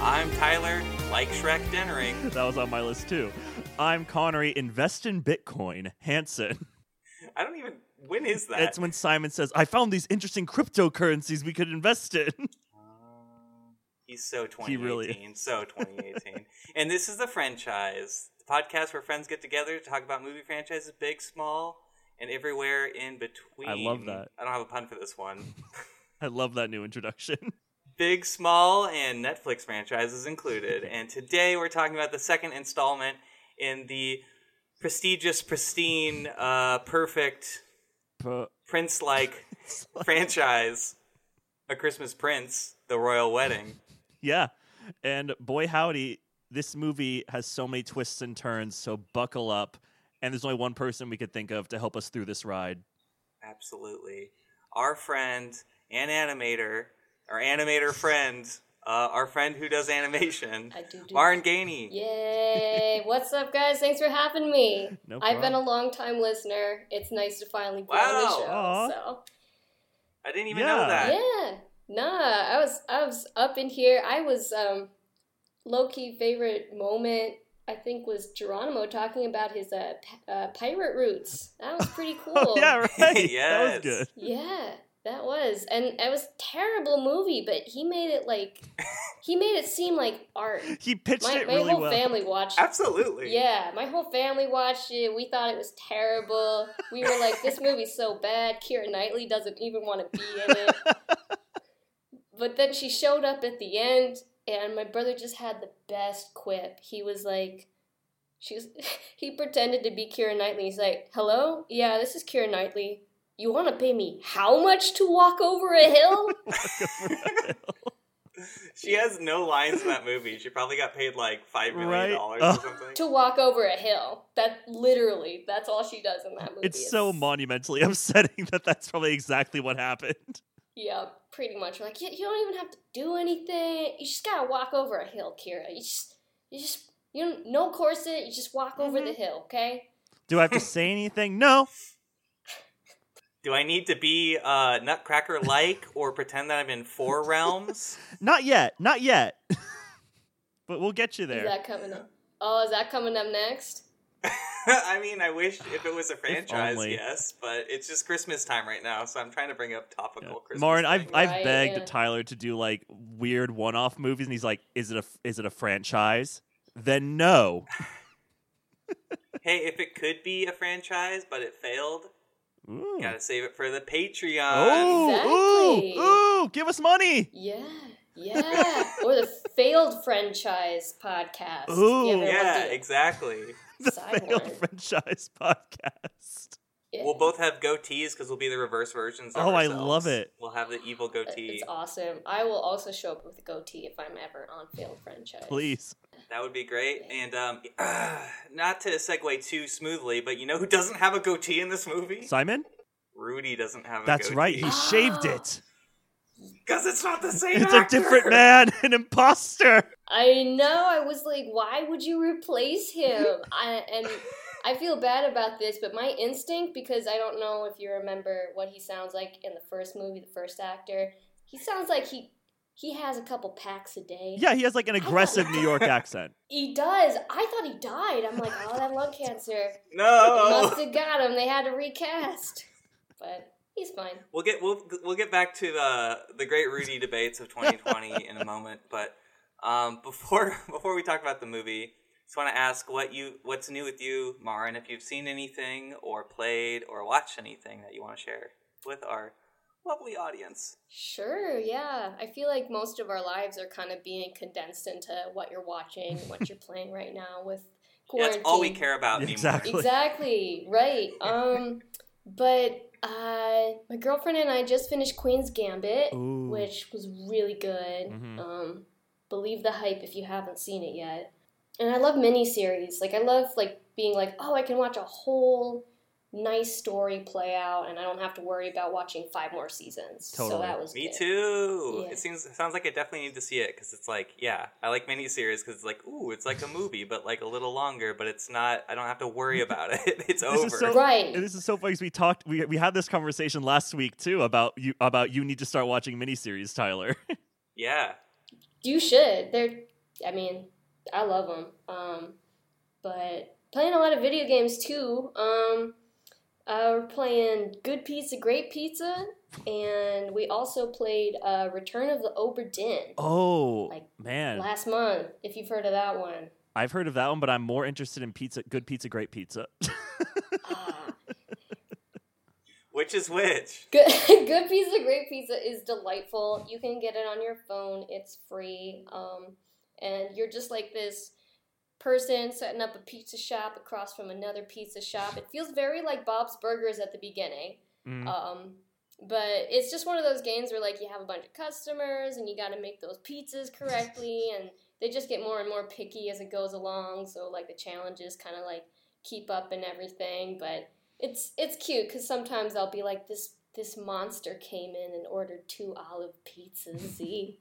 I'm Tyler, like Shrek Dennering. That was on my list too. I'm Connery. Invest in Bitcoin, Hanson. I don't even. When is that? That's when Simon says, "I found these interesting cryptocurrencies we could invest in." He's so 2018. He really So 2018. and this is the franchise, the podcast where friends get together to talk about movie franchises, big, small, and everywhere in between. I love that. I don't have a pun for this one. I love that new introduction. big, small, and Netflix franchises included. And today we're talking about the second installment in the prestigious, pristine, uh, perfect, But prince like franchise A Christmas Prince, The Royal Wedding. yeah, and boy howdy, this movie has so many twists and turns. So buckle up. And there's only one person we could think of to help us through this ride. Absolutely. Our friend and animator, our animator friend, uh, our friend who does animation, I do do. Warren Gainey. Yay! What's up, guys? Thanks for having me. No I've been a problem. long time listener. It's nice to finally be on Wow. the show. Aw. So I didn't even Yeah. know that. yeah, nah, I was I was up in here. I was um, low key favorite moment. I think was Geronimo talking about his uh, p- uh pirate roots. That was pretty cool. Oh, yeah, right. That Yes. was good. Yeah, that was. And it was a terrible movie, but he made it like he made it seem like art. He pitched My, it my really whole well. family watched it. Absolutely. Yeah, my whole family watched it. We thought it was terrible. We were like, this movie's so bad. Kira Knightley doesn't even want to be in it. but then she showed up at the end, and my brother just had the best quip. He was like, she was, he pretended to be Kira Knightley. He's like, hello? Yeah, this is Kira Knightley. You want to pay me how much to walk over a hill? She has no lines in that movie. She probably got paid like $5 million Right. or Oh. something. to walk over a hill. That literally, that's all she does in that movie. It's so monumentally upsetting that that's probably exactly what happened. Yeah, pretty much. We're like, you, you don't even have to do anything. You just gotta walk over a hill, Kira. You just, you just, you don't, no corset. You just walk over the hill, okay? Do I have to say anything? No. Do I need to be uh, Nutcracker like or pretend that I'm in four realms? Not yet. Not yet. but we'll get you Is there. that coming up? Oh, is that coming up next? I mean, I wish if it was a franchise, only. yes, but it's just Christmas time right now, so I'm trying to bring up topical Christmas. Marin, I've things. I've Right, begged yeah. Tyler to do like weird one-off movies, and he's like, "Is it a is it a franchise?" Then no. hey, if it could be a franchise, but it failed, Ooh. gotta save it for the Patreon. Hmm. Oh, Exactly. ooh, ooh, give us money. Yeah, yeah. or the failed franchise podcast. Ooh. You ever Yeah, wanna do exactly. The Side failed one. franchise podcast. Yeah. We'll both have goatees because we'll be the reverse versions. Of Oh, I ourselves. love it. We'll have the evil goatee. It's awesome. I will also show up with a goatee if I'm ever on failed franchise. Please. That would be great. And um, not to segue too smoothly, but you know who doesn't have a goatee in this movie? Simon? Rudy doesn't have a That's right. goatee. He shaved it. Because it's not the same It's a actor. different man, an imposter. I know. I was like, why would you replace him? I, and I feel bad about this, but my instinct, because I don't know if you remember what he sounds like in the first movie, the first actor, he sounds like he he has a couple packs a day. Yeah, he has like an aggressive New York accent. he does. I thought he died. I'm like, oh, that lung cancer No. must have got him. They had to recast, but he's fine. We'll get we'll we'll get back to the the great Rudy debates of 2020 in a moment, but um, before before we talk about the movie, just want to ask what you what's new with you, Marin, if you've seen anything or played or watched anything that you want to share with our lovely audience. Sure, yeah. I feel like most of our lives are kind of being condensed into what you're watching, what you're playing right now with Yeah, quarantine. that's all we care about anymore. Exactly. Exactly, right. Um but uh my girlfriend and I just finished Queen's Gambit, Ooh. which was really good. Mm-hmm. Mhm. Um believe the hype if you haven't seen it yet. And I love miniseries. Like I love like being like, "Oh, I can watch a whole nice story play out and I don't have to worry about watching five more seasons." So Totally. that was Me good. too. Yeah. It seems it sounds like I definitely need to see it because it's like, yeah, I like miniseries because it's like, ooh, it's like a movie, but like a little longer. But it's not. I don't have to worry about it. It's This over. is so- Right. And this is so funny because we talked, we, we had this conversation last week too about you about you need to start watching miniseries, Tyler. yeah, You should. They're I mean, I love them. Um, but playing a lot of video games too. Um, uh, we're playing Good Pizza, Great Pizza, and we also played uh, Return of the Oberdin Oh Like, man, last month. If you've heard of that one, I've heard of that one, but I'm more interested in pizza. Good pizza, great pizza. Ah. Which is which? Good, good pizza, great pizza is delightful. You can get it on your phone. It's free. Um, and you're just like this person setting up a pizza shop across from another pizza shop. It feels very like Bob's Burgers at the beginning. Mm. Um, but it's just one of those games where like you have a bunch of customers and you got to make those pizzas correctly, and they just get more and more picky as it goes along. So like the challenges kind of like keep up and everything, but it's it's cute because sometimes I'll be like this this monster came in and ordered two olive pizzas. Z,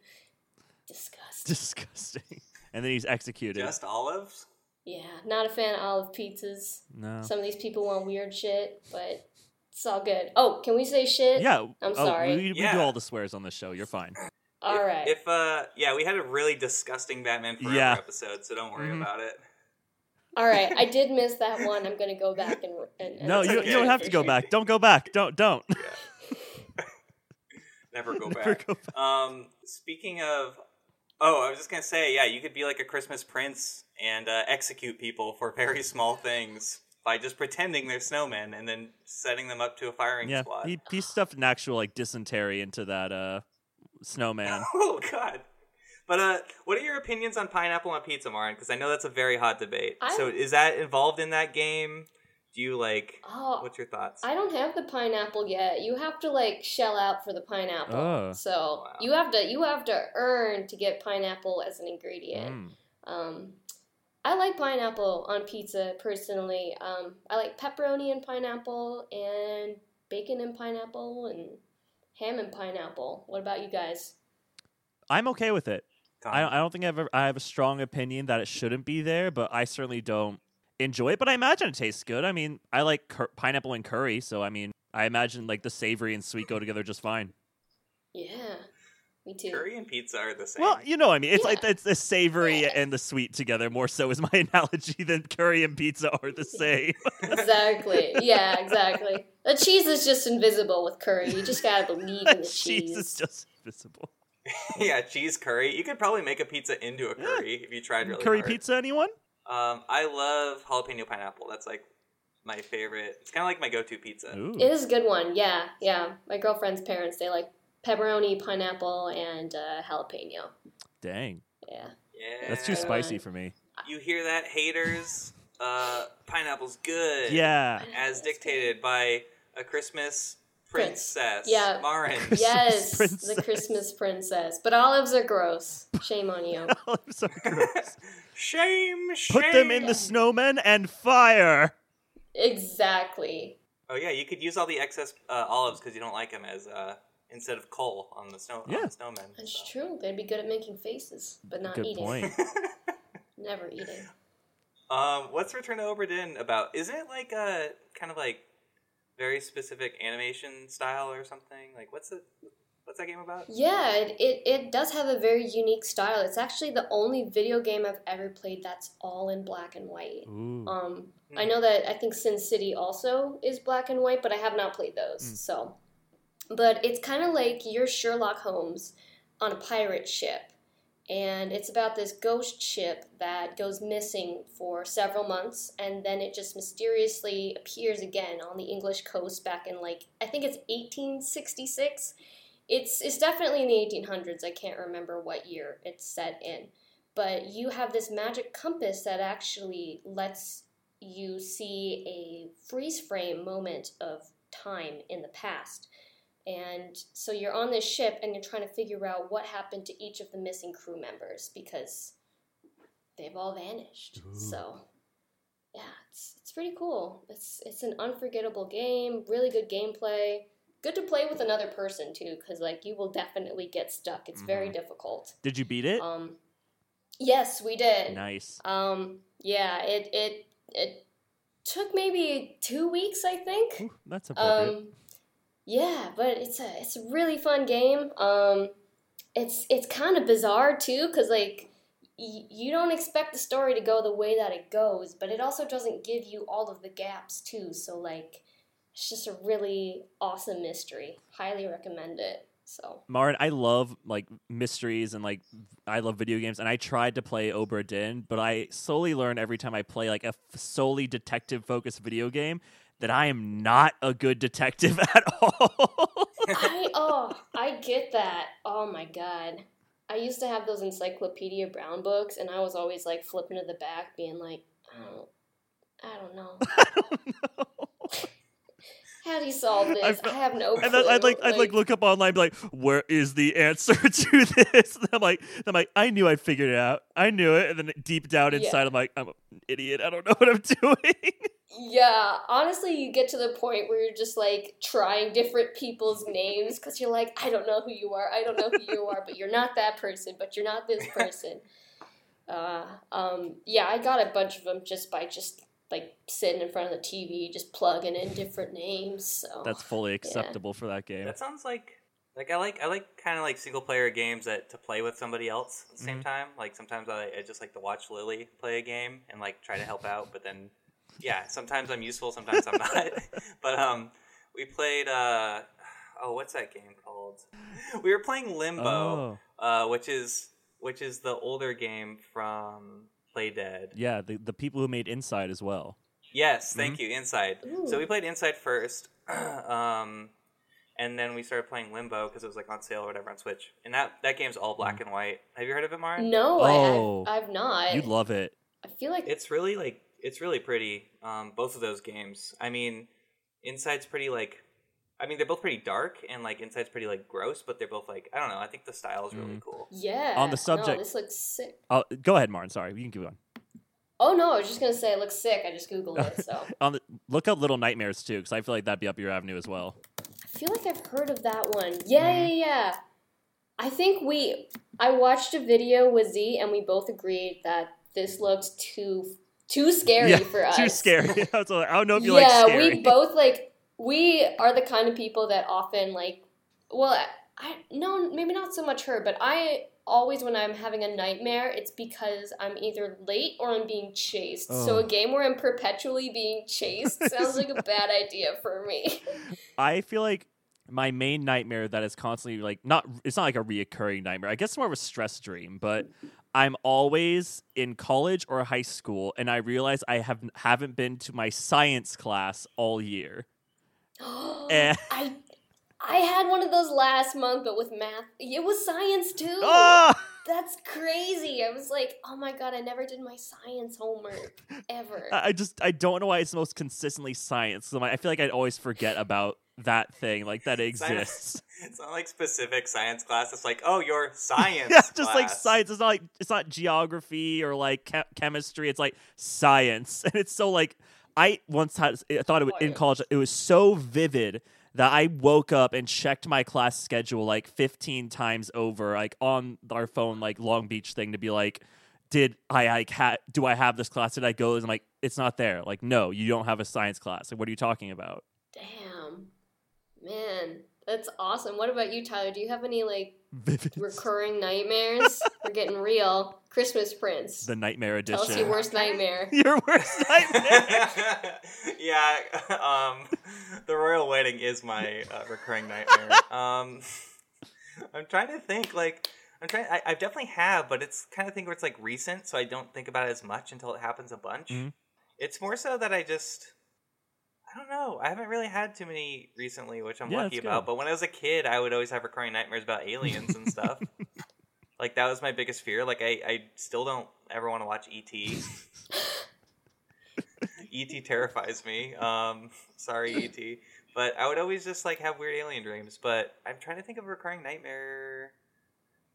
disgusting. Disgusting. And then he's executed. Just olives? Yeah, not a fan of olive pizzas. no. Some of these people want weird shit, but it's all good. Oh, can we say shit? yeah. oh, We, sorry. we do Yeah. all the swears on this show. You're fine. All if, right. If uh, yeah, we had a really disgusting Batman Forever Yeah. episode, so don't worry Mhm. about it. All right, I did miss that one. I'm gonna go back and. and, and No, you, okay. you don't have to go back. Don't go back. Don't don't. Never go Never back. go back. Um, speaking of, oh, I was just gonna say, yeah, you could be like a Christmas prince and uh, execute people for very small things by just pretending they're snowmen and then setting them up to a firing Yeah, squad. he, he stuffed an actual like dysentery into that uh snowman. oh God. But uh, what are your opinions on pineapple on pizza, Marin? Because I know that's a very hot debate. I- So is that involved in that game? Do you like? Oh, What's your thoughts? I don't have the pineapple yet. You have to like shell out for the pineapple. Oh. So Wow. you have to you have to earn to get pineapple as an ingredient. Mm. Um, I like pineapple on pizza personally. Um, I like pepperoni and pineapple and bacon and pineapple and ham and pineapple. What about you guys? I'm okay with it. Tom? I, I don't think I've ever, I have a strong opinion that it shouldn't be there, but I certainly don't enjoy it. But I imagine it tastes good. I mean, I like cur- pineapple and curry, so I mean, I imagine like the savory and sweet go together just fine. Yeah, me too. Curry and pizza are the same. Well, you know, what I mean, it's Yeah. like it's the savory Yeah. and the sweet together more so is my analogy than curry and pizza are the same. exactly. Yeah, exactly. The cheese is just invisible with curry. You just gotta believe in the cheese. Cheese is just invisible. yeah, cheese curry. You could probably make a pizza into a curry if you tried really curry hard. pizza, anyone? Um, I love jalapeno pineapple. That's like my favorite. It's kind of like my go-to pizza. Ooh. It is a good one. Yeah, yeah. My girlfriend's parents they like pepperoni, pineapple, and uh, jalapeno. Dang. Yeah. Yeah. That's too Yeah. spicy for me. You hear that, haters? uh, pineapple's good. Yeah. As dictated by a Christmas princess. Yeah. Marin. Yes, princess. the Christmas princess. But olives are gross. Shame on you. Olives are gross. shame. Shame. Put them in the snowman and fire. exactly. Oh yeah, you could use all the excess uh, olives because you don't like them as uh, instead of coal on the snow Yeah. on the snowman. That's so. true. They'd be good at making faces, but not Good eating. point. Never eating. Um, what's Return to Oberdin about? Isn't it like a kind of like very specific animation style or something? Like, what's it? What's that game about? Yeah, it, it, it does have a very unique style. It's actually the only video game I've ever played that's all in black and white. Ooh. Um, Hmm. I know that I think Sin City also is black and white, but I have not played those. Hmm. So, but it's kind of like you're Sherlock Holmes on a pirate ship, and it's about this ghost ship that goes missing for several months, and then it just mysteriously appears again on the English coast back in like I think it's 1866. It's it's definitely in the 1800s. I can't remember what year it's set in. But you have this magic compass that actually lets you see a freeze frame moment of time in the past. And so you're on this ship and you're trying to figure out what happened to each of the missing crew members because they've all vanished. Ooh. So yeah, it's it's pretty cool. It's it's an unforgettable game, really good gameplay. Good to play with another person too cuz like you will definitely get stuck. It's very Mhm. difficult. Did you beat it? Um yes, we did. nice. Um, yeah, it it it took maybe two weeks, I think. Ooh, Hmm, that's appropriate. Um, yeah, but it's a it's a really fun game. Um, it's it's kind of bizarre too, cause like y- you don't expect the story to go the way that it goes, but it also doesn't give you all of the gaps too. So like, it's just a really awesome mystery. Highly recommend it. So Marin, I love like mysteries and like I love video games, and I tried to play Obra Dinn, but I solely learn every time I play like a f- solely detective focused video game that I am not a good detective at all. I oh I get that. Oh my god. I used to have those Encyclopedia Brown books, and I was always like flipping to the back, being like, I don't, I don't know. How do you solve this? I, fe- have no clue. And then I'd like, I'd like look up online, be like, "Where is the answer to this?" And I'm like, I'm like, I knew I figured it out. I knew it. And then deep down Yeah. inside, I'm like, I'm an idiot. I don't know what I'm doing. Yeah, honestly, you get to the point where you're just like trying different people's names because you're like, I don't know who you are, I don't know who you are, but you're not that person, but you're not this person. Uh, um, yeah, I got a bunch of them just by just like sitting in front of the TV, just plugging in different names. So That's fully acceptable for that game. That sounds like like I like I like kind of like single player games that to play with somebody else at the same time. Like sometimes I, I just like to watch Lily play a game and like try to help out, but then yeah, sometimes I'm useful, sometimes I'm not. but um, we played uh, oh, what's that game called? We were playing Limbo, Oh, uh, which is which is the older game from Play Dead. yeah, the the people who made Inside as well. Yes, Mm-hmm. thank you. Inside. So Ooh. we played Inside first, um, and then we started playing Limbo because it was like on sale or whatever on Switch. And that that game's all Mm. black and white. Have you heard of it, Mara? no, Oh. I, I've, I've not. You'd love it. I feel like It's really like it's really pretty. Um, both of those games. I mean, Inside's pretty like. I mean, they're both pretty dark, and like Inside's pretty like gross, but they're both like I don't know. I think the style's Mm. really cool. yeah. on the no, subject- this looks sick. Oh, go ahead, Martin. Sorry, you can keep going. Oh no, I was just gonna say it looks sick. I just googled it, so. On the, look up Little Nightmares too, because I feel like that'd be up your avenue as well. I feel like I've heard of that one. Yeah, yeah, yeah. I think we. I watched a video with Z, and we both agreed that this looked too too scary Yeah, for us. Too scary. I, was like, I don't know if you like yeah, scary. we both like. We are the kind of people that often like. Well, I, I no, maybe not so much her, but I always when I'm having a nightmare, it's because I'm either late or I'm being chased. Oh. So a game where I'm perpetually being chased sounds like a bad idea for me. I feel like my main nightmare that is constantly like not it's not like a reoccurring nightmare. I guess it's more of a stress dream, but I'm always in college or high school and I realize I have haven't been to my science class all year. And I I had one of those last month, but with math. It was science too. Ah! That's crazy. I was like, oh my god, I never did my science homework ever. I I just I don't know why it's the most consistently science. So my- I feel like I'd always forget about that thing, like that it Science. exists. It's not like specific science class. It's like oh, your science. yeah, just like class. science. It's not like it's not geography or like chem- chemistry. It's like science, and it's so like I once had I thought it was, in Science. college. It was so vivid that I woke up and checked my class schedule like 15 times over, like on our phone, like Long Beach thing to be like. Did I like ha- do I have this class? Did I go? And I'm like, it's not there. Like, no, you don't have a science class. Like, what are you talking about? Damn, man, that's awesome. What about you, Tyler? Do you have any like Vivid. recurring nightmares? We're getting real. Christmas Prince. The nightmare edition. Tell us your worst nightmare. Your worst nightmare. yeah, um, the royal wedding is my uh, recurring nightmare. Um, I'm trying to think, like, I'm trying. I, I definitely have, but it's kind of thing where it's like recent, so I don't think about it as much until it happens a bunch. Mhm. It's more so that I just, I don't know. I haven't really had too many recently, which I'm Yeah, lucky that's about. good. But when I was a kid, I would always have recurring nightmares about aliens and stuff. Like that was my biggest fear. Like I, I still don't ever want to watch E ET. ET terrifies me. Um, sorry, ET. But I would always just like have weird alien dreams. But I'm trying to think of a recurring nightmare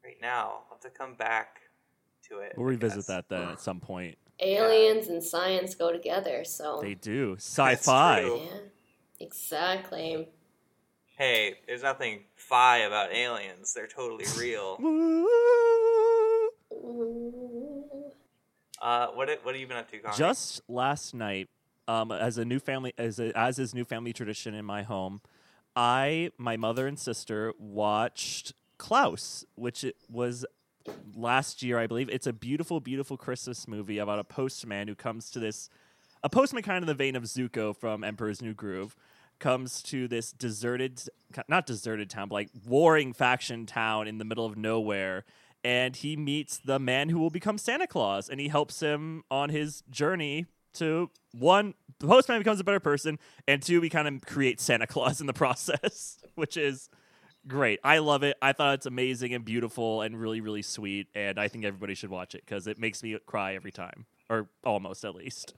right now. I'll have to come back to it. We'll I revisit guess. that then at some point. Aliens and science go together, so They do. Sci-fi. true. yeah, exactly. Hey, there's nothing fi about aliens. They're totally real. Woo. Ooh. uh, what what have you been up to, Connor? Just last night, um, as a new family, as a, as is new family tradition in my home, I, my mother and sister watched Klaus, which it was last year, I believe. It's a beautiful, beautiful Christmas movie about a postman who comes to this, a postman kind of in the vein of Zuko from Emperor's New Groove, comes to this deserted, not deserted town, but like warring faction town in the middle of nowhere. And he meets the man who will become Santa Claus, and he helps him on his journey to one, the postman becomes a better person, and two, we kind of create Santa Claus in the process, which is great. I love it. I thought it's amazing and beautiful and really, really sweet. And I think everybody should watch it because it makes me cry every time, or almost at least.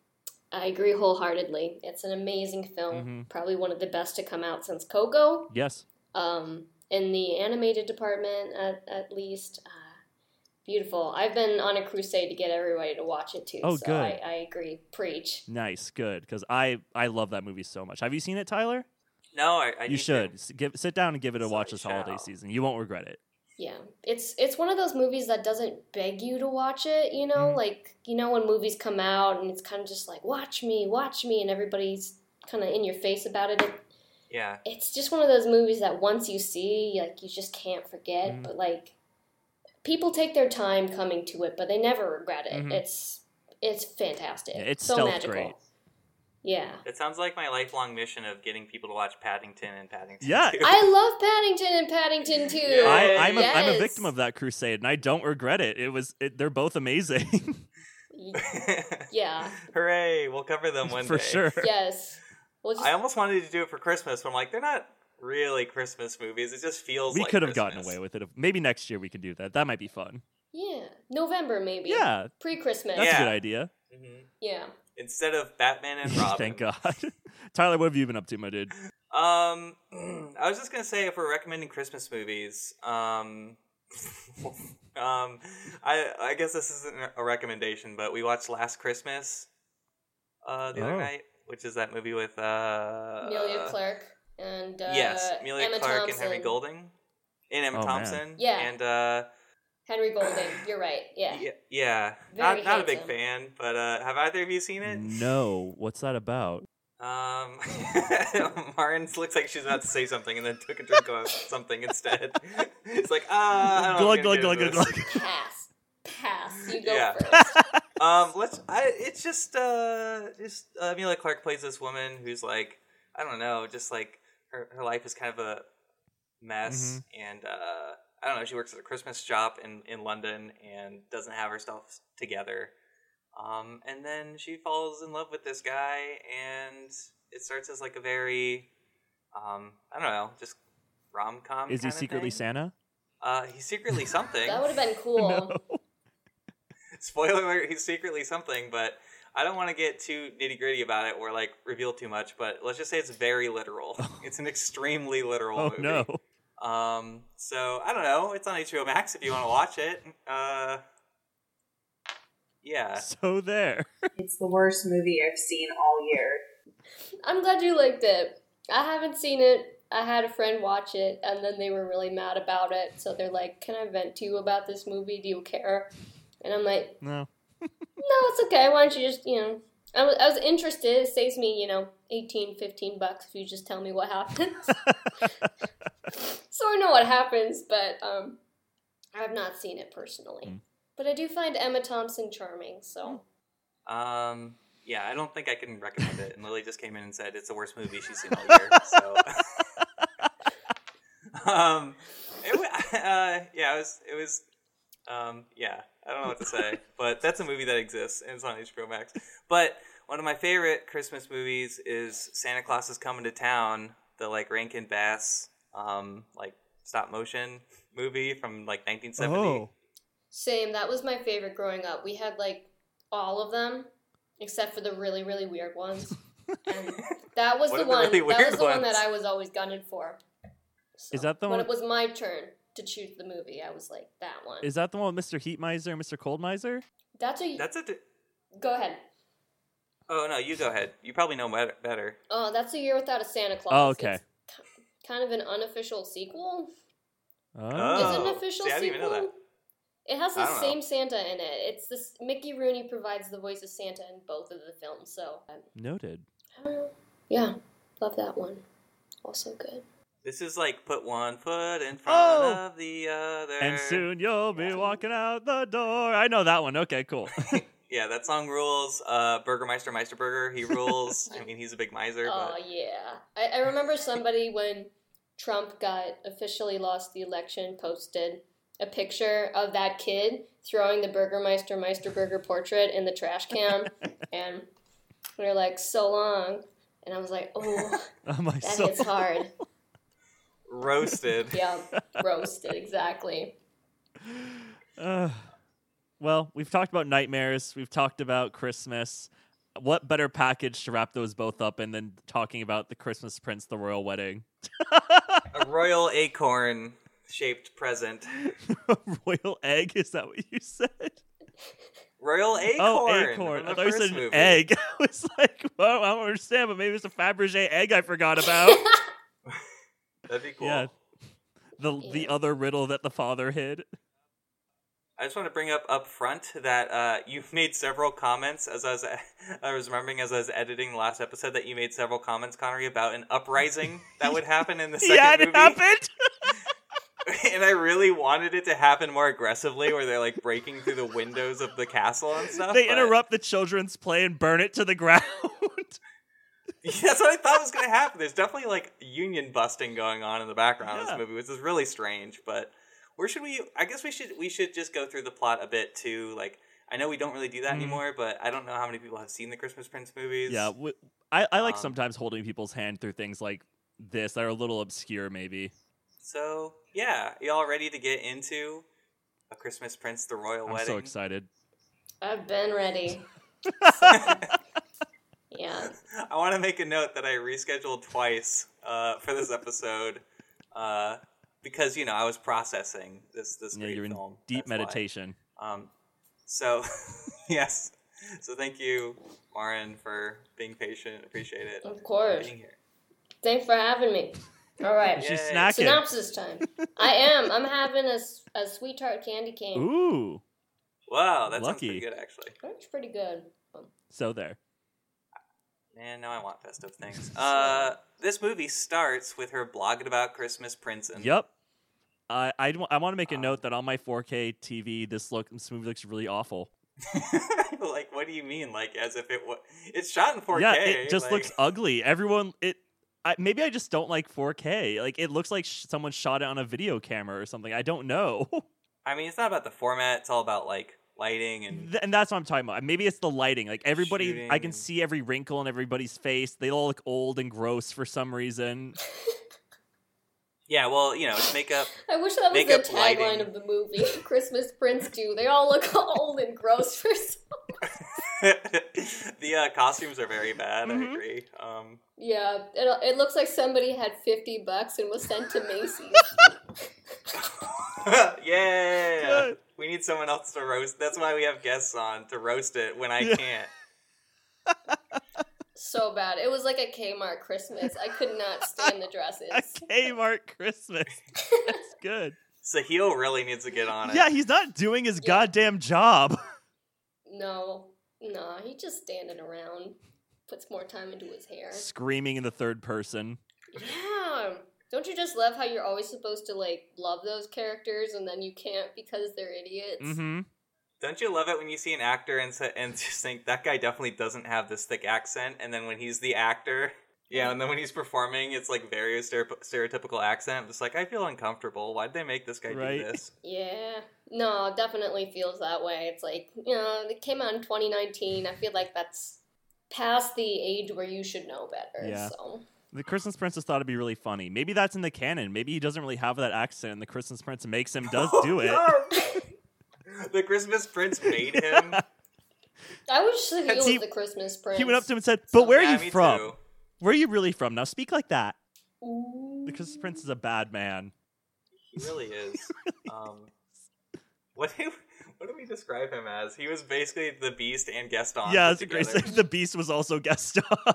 I agree wholeheartedly. It's an amazing film. Mhm. Probably one of the best to come out since Coco. Yes. Um, in the animated department, at, at least. Uh, beautiful. I've been on a crusade to get everybody to watch it too. Oh, so good. I, I agree. Preach. Nice. Good. Because I, I love that movie so much. Have you seen it, Tyler? No, I, I you need should. to. S- give, sit down and give it a So watch I this shall. holiday season. You won't regret it. Yeah, it's it's one of those movies that doesn't beg you to watch it. You know, Mhm. like you know when movies come out and it's kind of just like watch me, watch me, and everybody's kind of in your face about it. It- Yeah, It's just one of those movies that once you see, like you just can't forget. Mhm. But like, people take their time coming to it, but they never regret it. Mhm. It's it's fantastic. Yeah, it's it's so stealth magical. great. Yeah. that sounds like my lifelong mission of getting people to watch Paddington and Paddington. Yeah. 2. I love Paddington and Paddington too. Yeah. I, I'm, a, I'm a Yes. victim of that crusade, and I don't regret it. It was. It, they're both amazing Y- Yeah. Hooray! We'll cover them one for day. sure. yes. Well, just I almost wanted to do it for Christmas, but I'm like, they're not really Christmas movies. It just feels. We like could have gotten Christmas. away with it. if- Maybe next year we can do that. That might be fun. yeah, November maybe. Yeah, Pre Christmas. that's Yeah. a good idea. Mhm. Yeah. Instead of Batman and Robin. Thank God. Tyler, what have you been up to, my dude? Um, I was just gonna say if we're recommending Christmas movies, um, um, I I guess this isn't a recommendation, but we watched Last Christmas, uh, the Oh. other night, which is that movie with uh, Amelia Clark and uh, yes, Amelia Emma Clark Thompson. and Henry Golding, and Emma Oh, man. Thompson, Yeah. and uh, Henry Golding. You're right. Yeah. yeah, yeah. Very not not a big handsome. fan, but uh, have either of you seen it? No, what's that about? Um, Marin looks like she's about to say something and then took a drink of something instead. It's like, ah, I don't know if Glug I'm glug gonna glug get glug. into glug. Pass. Pass. You go Yeah. first. this. Um, let's. I. It's just, uh, just uh, Amelia Clark plays this woman who's like, I don't know, just like her her life is kind of a mess, Mm-hmm. and uh, I don't know. She works at a Christmas shop in in London and doesn't have herself together. Um, and then she falls in love with this guy, and it starts as like a very, um, I don't know, just rom com. Is he secretly Santa? Uh, he's secretly something. That would have been cool. No. Spoiler alert, he's secretly something, but I don't want to get too nitty gritty about it or like reveal too much, but let's just say it's very literal. it's an extremely literal Oh movie. no. Um, so I don't know. It's on HBO Max if you want to watch it. Uh, yeah. So there. It's the worst movie I've seen all year. I'm glad you liked it. I haven't seen it. I had a friend watch it, and then they were really mad about it. So they're like, "Can I vent to you about this movie? Do you care?" And I'm like, No. "No, it's okay. Why don't you just, you know?" I was, I was interested. It saves me, you know, 18, 15 bucks if you just tell me what happens. so I know what happens, but um, I have not seen it personally. Mm. But I do find Emma Thompson charming, so Um, yeah, I don't think I can recommend it. And Lily just came in and said it's the worst movie she's seen all year. So, um, it, wa- uh, yeah, it was, it was, um, yeah, I don't know what to say, but that's a movie that exists and it's on HBO Max. But one of my favorite Christmas movies is Santa Claus is Coming to Town, the like Rankin Bass, um, like stop motion movie from like 1970. Oh. same. That was my favorite growing up. We had like all of them except for the really really weird ones. and that was What the are the one. really that was weird the one that ones? I was always gunning for. So, Is that the when one- it was my turn to choose the movie? I was like that one. Is that the one with Mr. Heat Miser and Mr. Cold Miser? That's a That's a, di- go ahead. oh no, you go ahead. You probably know better- better. Oh, that's a year without a Santa Claus. Oh, okay. It's ki- kind of an unofficial sequel. Oh. it's an official see, I sequel. didn't even know It has the I don't know. same Santa in it. It's this Mickey Rooney provides the voice of Santa in both of the films. So um, Noted. I don't know. yeah, love that one. Also good. This is like put one foot in front Oh! of the other. And soon you'll be walking out the door. I know that one. Okay, cool. Yeah, that song rules. Uh, Burgermeister Meisterburger, he rules. I mean, he's a big miser, Oh yeah, I, I remember somebody when Trump got officially lost the election posted a picture of that kid throwing the Burgermeister Meisterburger portrait in the trash can, and we were like, "So long," and I was like, "Oh, Oh my that soul. hits hard." but roasted. Yeah, roasted exactly. Uh, well, we've talked about nightmares. We've talked about Christmas. What better package to wrap those both up and then talking about the Christmas Prince, the royal wedding, A royal acorn shaped present. royal egg? Is that what you said? Royal acorn. Oh, acorn! from the I thought you first said an movie. egg. I was like, well, I don't understand, but maybe it's a Fabergé egg I forgot about. That'd be cool. Yeah. the the Yeah. other riddle that the father hid. I just want to bring up up front that uh, you made several comments as I was I was remembering as I was editing the last episode that you made several comments, Connery, about an uprising that would happen in the second yeah, it movie, happened. and I really wanted it to happen more aggressively, where they're like breaking through the windows of the castle and stuff. They but- interrupt the children's play and burn it to the ground. That's what I thought was going to happen. There's definitely like union busting going on in the background of Yeah. this movie, which is really strange. But where should we? I guess we should we should just go through the plot a bit too. Like I know we don't really do that Mhm. anymore, but I don't know how many people have seen the Christmas Prince movies. yeah, w I I I, like Um, sometimes holding people's hand through things like this that are a little obscure, maybe. So yeah, y'all ready to get into a Christmas Prince: The Royal I'm Wedding? so excited. I've been ready. Yeah, I want to make a note that I rescheduled twice uh, for this episode uh, because you know I was processing this this Yeah, great you're in film. Deep That's why. meditation. Um, so, yes. So thank you, Marin, for being patient. Appreciate it. of For course. being here. Thanks for having me. All right. She's Yay. snacking. Synopsis time. I am. I'm having a, s- a sweetheart candy cane. Ooh. Wow, that sounds Lucky. pretty good, actually. That's pretty good. So there. Man, now I want festive things. Uh, this movie starts with her blogging about Christmas Prince and Yep. I I, want to make a Um, note that on my 4K TV, this look this movie looks really awful. like, what do you mean? Like, as if it was? It's shot in 4K. Yeah, it just like- looks ugly. Everyone, it. I, maybe I just don't like 4K. Like it looks like sh- someone shot it on a video camera or something. I don't know, I mean, it's not about the format. It's all about like lighting and Th- and that's what I'm talking about. Maybe it's the lighting. Like everybody, I Shooting can and- see every wrinkle in everybody's face. They all look old and gross for some reason. yeah. Well, you know, it's makeup. I wish that was Makeup the tagline lighting. of the movie. Christmas Prince 2. They all look old and gross for some... the uh, costumes are very bad. I Mhm. agree. Um, Yeah, it, it looks like somebody had 50 bucks and was sent to Macy's. yeah. Good. We need someone else to roast. That's why we have guests on to roast it when I Yeah. can't. so bad. It was like a Kmart Christmas. I could not stand the a dresses. Kmart Christmas. That's good. Sahil really needs to get on it. Yeah, he's not doing his Yeah. goddamn job. No, no, he just standing around. Puts more time into his hair. Screaming in the third person. Yeah. Don't you just love how you're always supposed to like love those characters and then you can't because they're idiots? Mm-hmm. Don't you love it when you see an actor and sa- and just think that guy definitely doesn't have this thick accent, and then when he's the actor, yeah, and then when he's performing, it's like very stere- stereotypical accent. It's like I feel uncomfortable. Why'd they make this guy Right. do this? Yeah. No, it definitely feels that way. It's like, you know, it came out in 2019. I feel like that's past the age where you should know better. Yeah. So, The Christmas Princess thought it'd be really funny. Maybe that's in the canon. Maybe he doesn't really have that accent, and the Christmas Prince makes him does do it. No! the Christmas Prince made him. I wish that he Has was he- the Christmas prince. He went up to him and said, "But where Yeah, are me you from? too. Where are you really from? Now speak like that." Ooh. The Christmas Prince is a bad man. He really is. Um, what do what do we describe him as? He was basically the Beast and Gaston. yeah, put that's a great. together. Save the Beast was also guest on.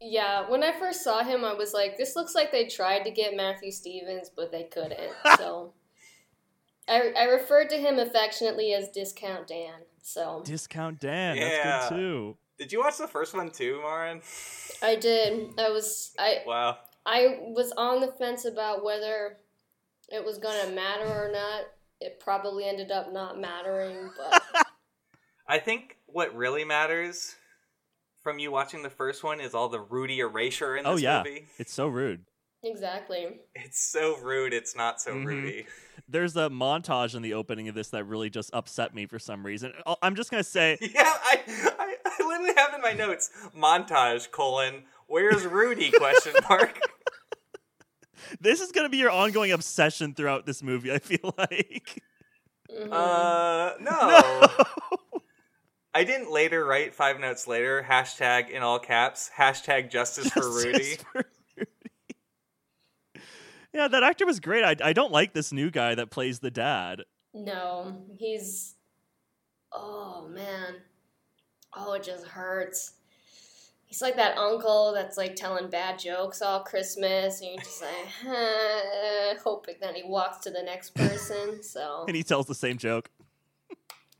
Yeah, when I first saw him, I was like, this looks like they tried to get Matthew Stevens, but they couldn't. so, I, I referred to him affectionately as Discount Dan. So, Discount Dan. That's Yeah. good too. Did you watch the first one too, Marin? I did. I was. I Wow. I was on the fence about whether it was gonna matter or not. It probably ended up not mattering, but I think what really matters from you watching the first one is all the Rudy erasure in this Oh, yeah. movie. It's so rude. exactly. It's so rude. It's not so Mhm. Rudy. There's a montage in the opening of this that really just upset me for some reason. I'll- I'm just gonna say Yeah, I, I, I literally have in my notes montage colon where's Rudy question mark. this is gonna be your ongoing obsession throughout this movie. I feel like Mhm. Uh, no. no, I didn't later write five notes later. Hashtag in all caps. Hashtag justice, for Justice Rudy. for Rudy. Yeah, that actor was great. I, I don't like this new guy that plays the dad. no, he's. Oh man, oh it just hurts. He's like that uncle that's like telling bad jokes all Christmas, and you're just like, huh, hoping that he walks to the next person. So And he tells the same joke.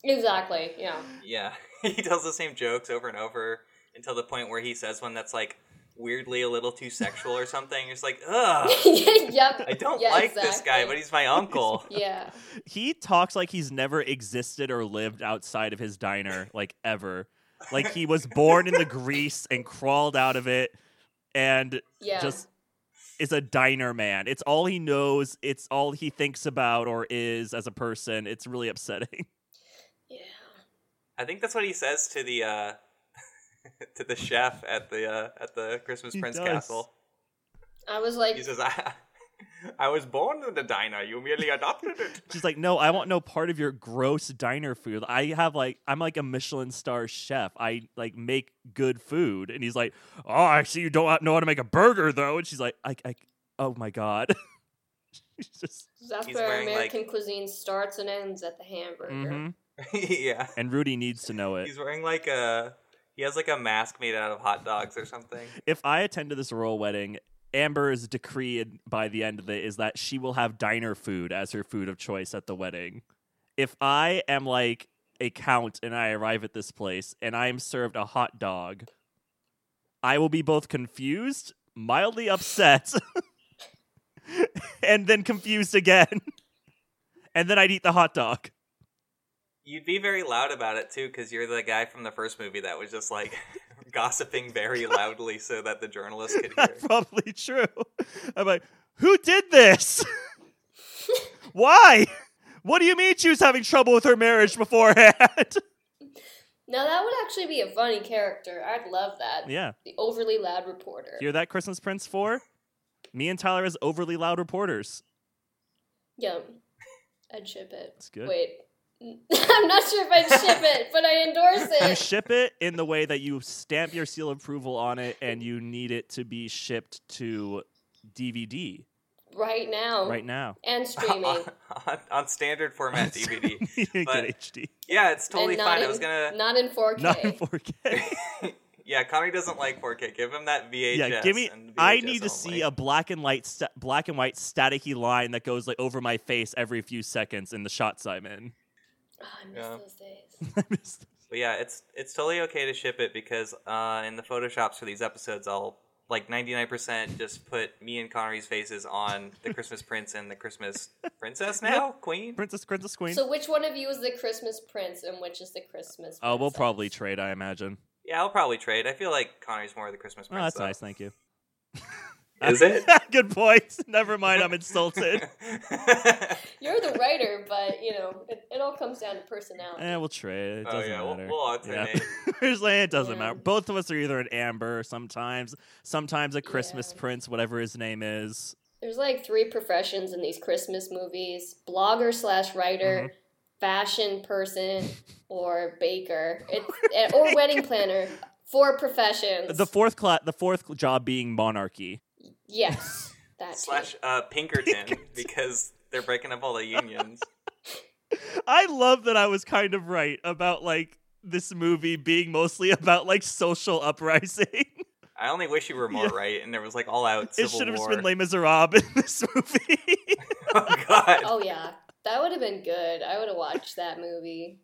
exactly, yeah. Yeah, he tells the same jokes over and over until the point where he says one that's like weirdly a little too sexual or something. It's like, ugh, yep. I don't Yeah, like this guy, exactly. but he's my uncle. Yeah. He talks like he's never existed or lived outside of his diner, like ever. Like he was born in the grease and crawled out of it and Yeah. just is a diner man. It's all he knows, it's all he thinks about or is as a person. It's really upsetting. yeah. I think that's what he says to the uh, to the chef at the uh, at the Christmas He Prince does. Castle. I was like, He says, I, "I was born in the diner. You merely adopted it." She's like, no, I want no part of your gross diner food. I have like, I'm like a Michelin star chef. I like make good food. And he's like, oh, I see you don't know how to make a burger though. And she's like, I, I oh my god. She's just, that's he's where wearing, like- Mm-hmm. American cuisine starts and ends at the hamburger. mhm. yeah, And Rudy needs to know it. he's wearing like a he has like a mask made out of hot dogs or something. If I attend to this royal wedding, Amber's decree in- by the end of it is that she will have diner food as her food of choice at the wedding. If I am like a count and I arrive at this place and I am served a hot dog, I will be both confused, mildly upset, and then confused again. And then I'd eat the hot dog. You'd be very loud about it too, because you're the guy from the first movie that was just like gossiping very loudly so that the journalists could hear. That's probably true. I'm like, who did this? Why? What do you mean she was having trouble with her marriage beforehand? Now that would actually be a funny character. I'd love that. yeah. The overly loud reporter. Hear that, Christmas Prince 4? Me and Tyler as overly loud reporters. Yum. I'd ship it. That's good. Wait. I'm not sure if I'd ship it, but I endorse You it. ship it in the way that you stamp your seal of approval on it and you need it to be shipped to DVD Right now. right now. And streaming. on, on, on standard format DVD. You get But- HD. Yeah, it's totally and not fine. In, I was gonna. Not in 4K. Not in 4K. Yeah, Connor doesn't like 4K. Give him that VHS. Yeah, give me. and I VHS need to see only. a black and light, sta- black and white staticky line that goes like over my face every few seconds in the shots I'm in. Oh, I miss Yeah. those days. I missed- But yeah, it's it's totally okay to ship it because uh, in the photoshops for these episodes, I'll like ninety nine percent just put me and Connery's faces on the Christmas Prince and the Christmas Princess now Queen. Princess, Princess, Queen. So which one of you is the Christmas prince and which is the Christmas oh, we'll princess? probably trade. I imagine. Yeah, I'll probably trade. I feel like Connery's more of the Christmas Oh, Prince. that's though. nice. Thank you. Is it? Good point. Never mind. I'm insulted. You're the writer, but you know it, it all comes down to personality. eh, we'll trade. It oh doesn't yeah, we'll, matter. we'll alternate. Yeah. Here's like, it doesn't Yeah. matter. Both of us are either an Amber, sometimes, sometimes a Christmas Yeah. Prince, whatever his name is. There's like three professions in these Christmas movies: blogger slash writer, Mm-hmm. fashion person, or baker, It's and- or wedding planner. Four professions. The fourth cla- the fourth job being monarchy. yes, that slash uh, Pinkerton because they're breaking up all the unions. I love that I was kind of right about like this movie being mostly about like social uprising. I only wish you were more Yeah. right, and there was like all out it civil should have just war. been Les Miserables in this movie. oh god. Too. Oh yeah, that would have been good. I would have watched that movie.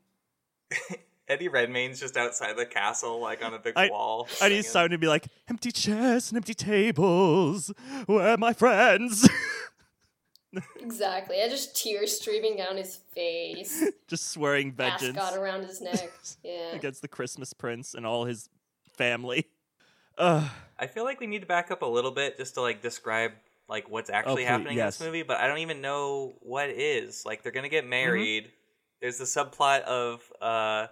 Eddie Redmayne's just outside the castle, like on a big I- wall. I need singing. Simon to be like, empty chairs and empty tables. Where are my friends? Exactly. I just tears streaming down his face, Just swearing vengeance ascot around his neck. Yeah. against the Christmas prince and all his family. Ugh. I feel like we need to back up a little bit just to like describe like what's actually please, happening in yes. Mm-hmm. this movie, but I don't even know what is. Like they're gonna get married. There's the subplot of uh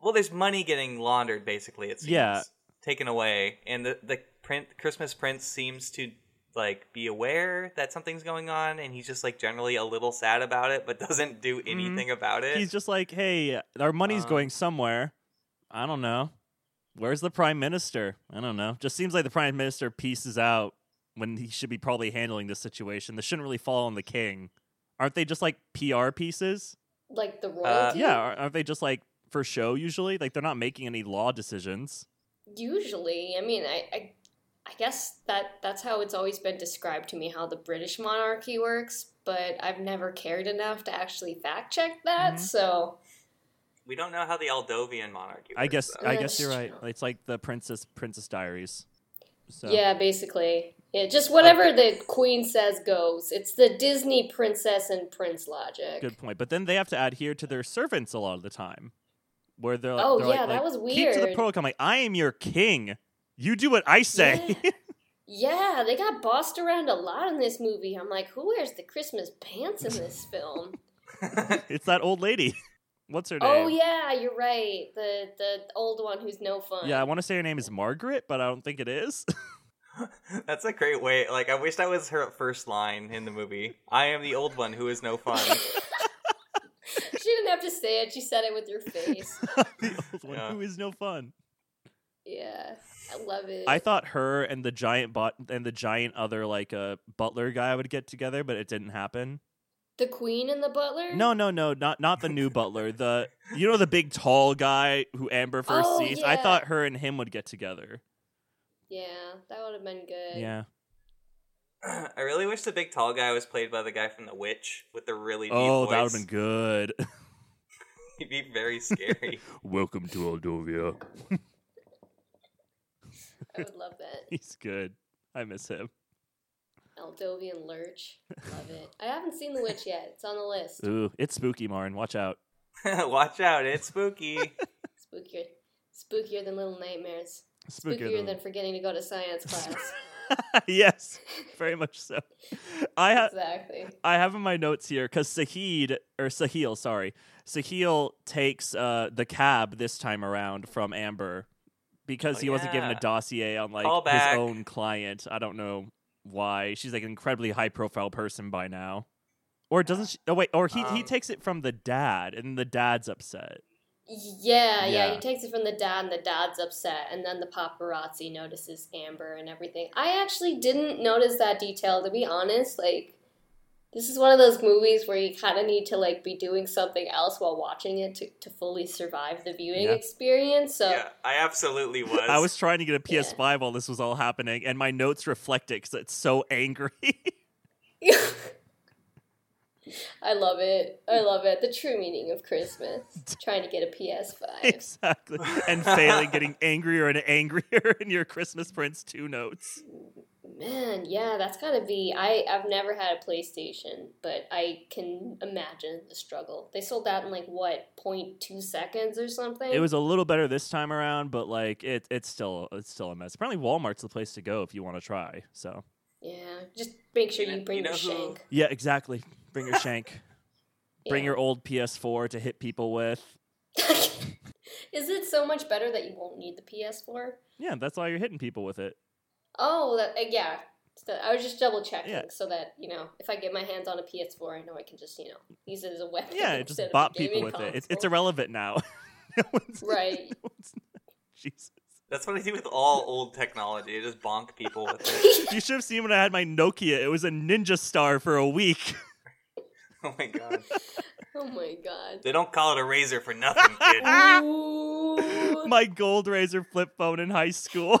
well, there's money getting laundered basically, it seems. Yeah. Taken away. And the, the print Christmas Prince seems to like be aware that something's going on and he's just like generally a little sad about it, but doesn't do anything about it. Mm-hmm. He's just like, hey, our money's Um, going somewhere. I don't know. Where's the prime minister? I don't know. Just seems like the prime minister pieces out when he should be probably handling this situation. This shouldn't really fall on the king. Aren't they just like PR pieces? Like the royalty. uh, Yeah, ar- aren't they just like for show usually? Like they're not making any law decisions. Usually, I mean, I, I, I guess that that's how it's always been described to me how the British monarchy works. But I've never cared enough to actually fact check that. Mhm. So we don't know how the Aldovian monarchy I works, guess though. I That's guess you're right. true. It's like the Princess Princess Diaries. So yeah, basically, yeah, just whatever the queen says goes. It's the Disney princess and prince logic. good point. But then they have to adhere to their servants a lot of the time. Where they're like, Oh, they're yeah, like, that like, was Keep to the weird. protocol. I'm like, I am your king. You do what I say. Yeah. Yeah, they got bossed around a lot in this movie. I'm like, who wears the Christmas pants in this film? it's that old lady. What's her name? oh yeah, you're right. The the old one who's no fun. Yeah, I want to say her name is Margaret, but I don't think it is. That's a great way. Like, I wish that was her first line in the movie. I am the old one who is no fun. she didn't have to say it. She said it with your face. the old one Yeah. who is no fun. Yeah, I love it. I thought her and the giant bot and the giant other like uh, butler guy would get together, but it didn't happen. the queen and the butler. No, no, no, not not the new butler. The you know the big tall guy who Amber first Oh, sees. I yeah. thought her and him would get together. Yeah, that would have been good. Yeah. I really wish the big tall guy was played by the guy from The Witch with the really deep Oh, voice. that would have been good. He'd be very scary. Welcome to Aldovia. I would love that. He's good. I miss him. Eldovian Lurch, love it. I haven't seen The Witch yet. It's on the list. Ooh, it's spooky, Marin. Watch out. Watch out, it's spooky. Spookier, spookier than Little Nightmares. Spookier, Spookier than forgetting to go to science class. yes, very much so. I have exactly. I have in my notes here because Sahid or Sahil, sorry, Sahil takes uh, the cab this time around from Amber because Oh, he wasn't given a yeah. dossier on like Call back. his own client. I don't know why. She's like an incredibly high profile person by now, or doesn't she? Oh wait, or he he Um, takes it from the dad, and the dad's upset. Yeah, yeah, Yeah. He takes it from the dad, and the dad's upset, and then the paparazzi notices Amber and everything. I actually didn't notice that detail, to be honest. Like, this is one of those movies where you kind of need to like be doing something else while watching it to, to fully survive the viewing Yeah. experience. So yeah, I absolutely was. I was trying to get a PS5 while this was all happening, and my notes reflect it because it's so angry. I love it. I love it. The true meaning of Christmas: trying to get a PS Five. exactly. And failing, getting angrier and angrier in your Christmas Prince 2 notes. Man, yeah, that's gotta be. I I've never had a PlayStation, but I can imagine the struggle. They sold out in like what 0.2 seconds or something. It was a little better this time around, but like it, it's still it's still a mess. Apparently, Walmart's the place to go if you want to try. So yeah. Just make sure You you know- bring you know your who- shank. yeah, exactly. Bring your shank. Bring Yeah. your old PS4 to hit people with. Is it so much better that you won't need the PS4? Yeah, that's why you're hitting people with it. Oh, that, uh, yeah. So I was just double checking Yeah. so that you know if I get my hands on a PS4, I know I can just you know use it as a weapon. Yeah, instead just of a bop people gaming with it. It's, it's console. irrelevant now. no one's, Right. no one's- Jesus. That's what I do with all old technology. I just bonk people with it. You should have seen when I had my Nokia. It was a Ninja Star for a week. Oh my god. oh my god. They don't call it a razor for nothing, kid. Ah! Ooh. my gold razor flip phone in high school.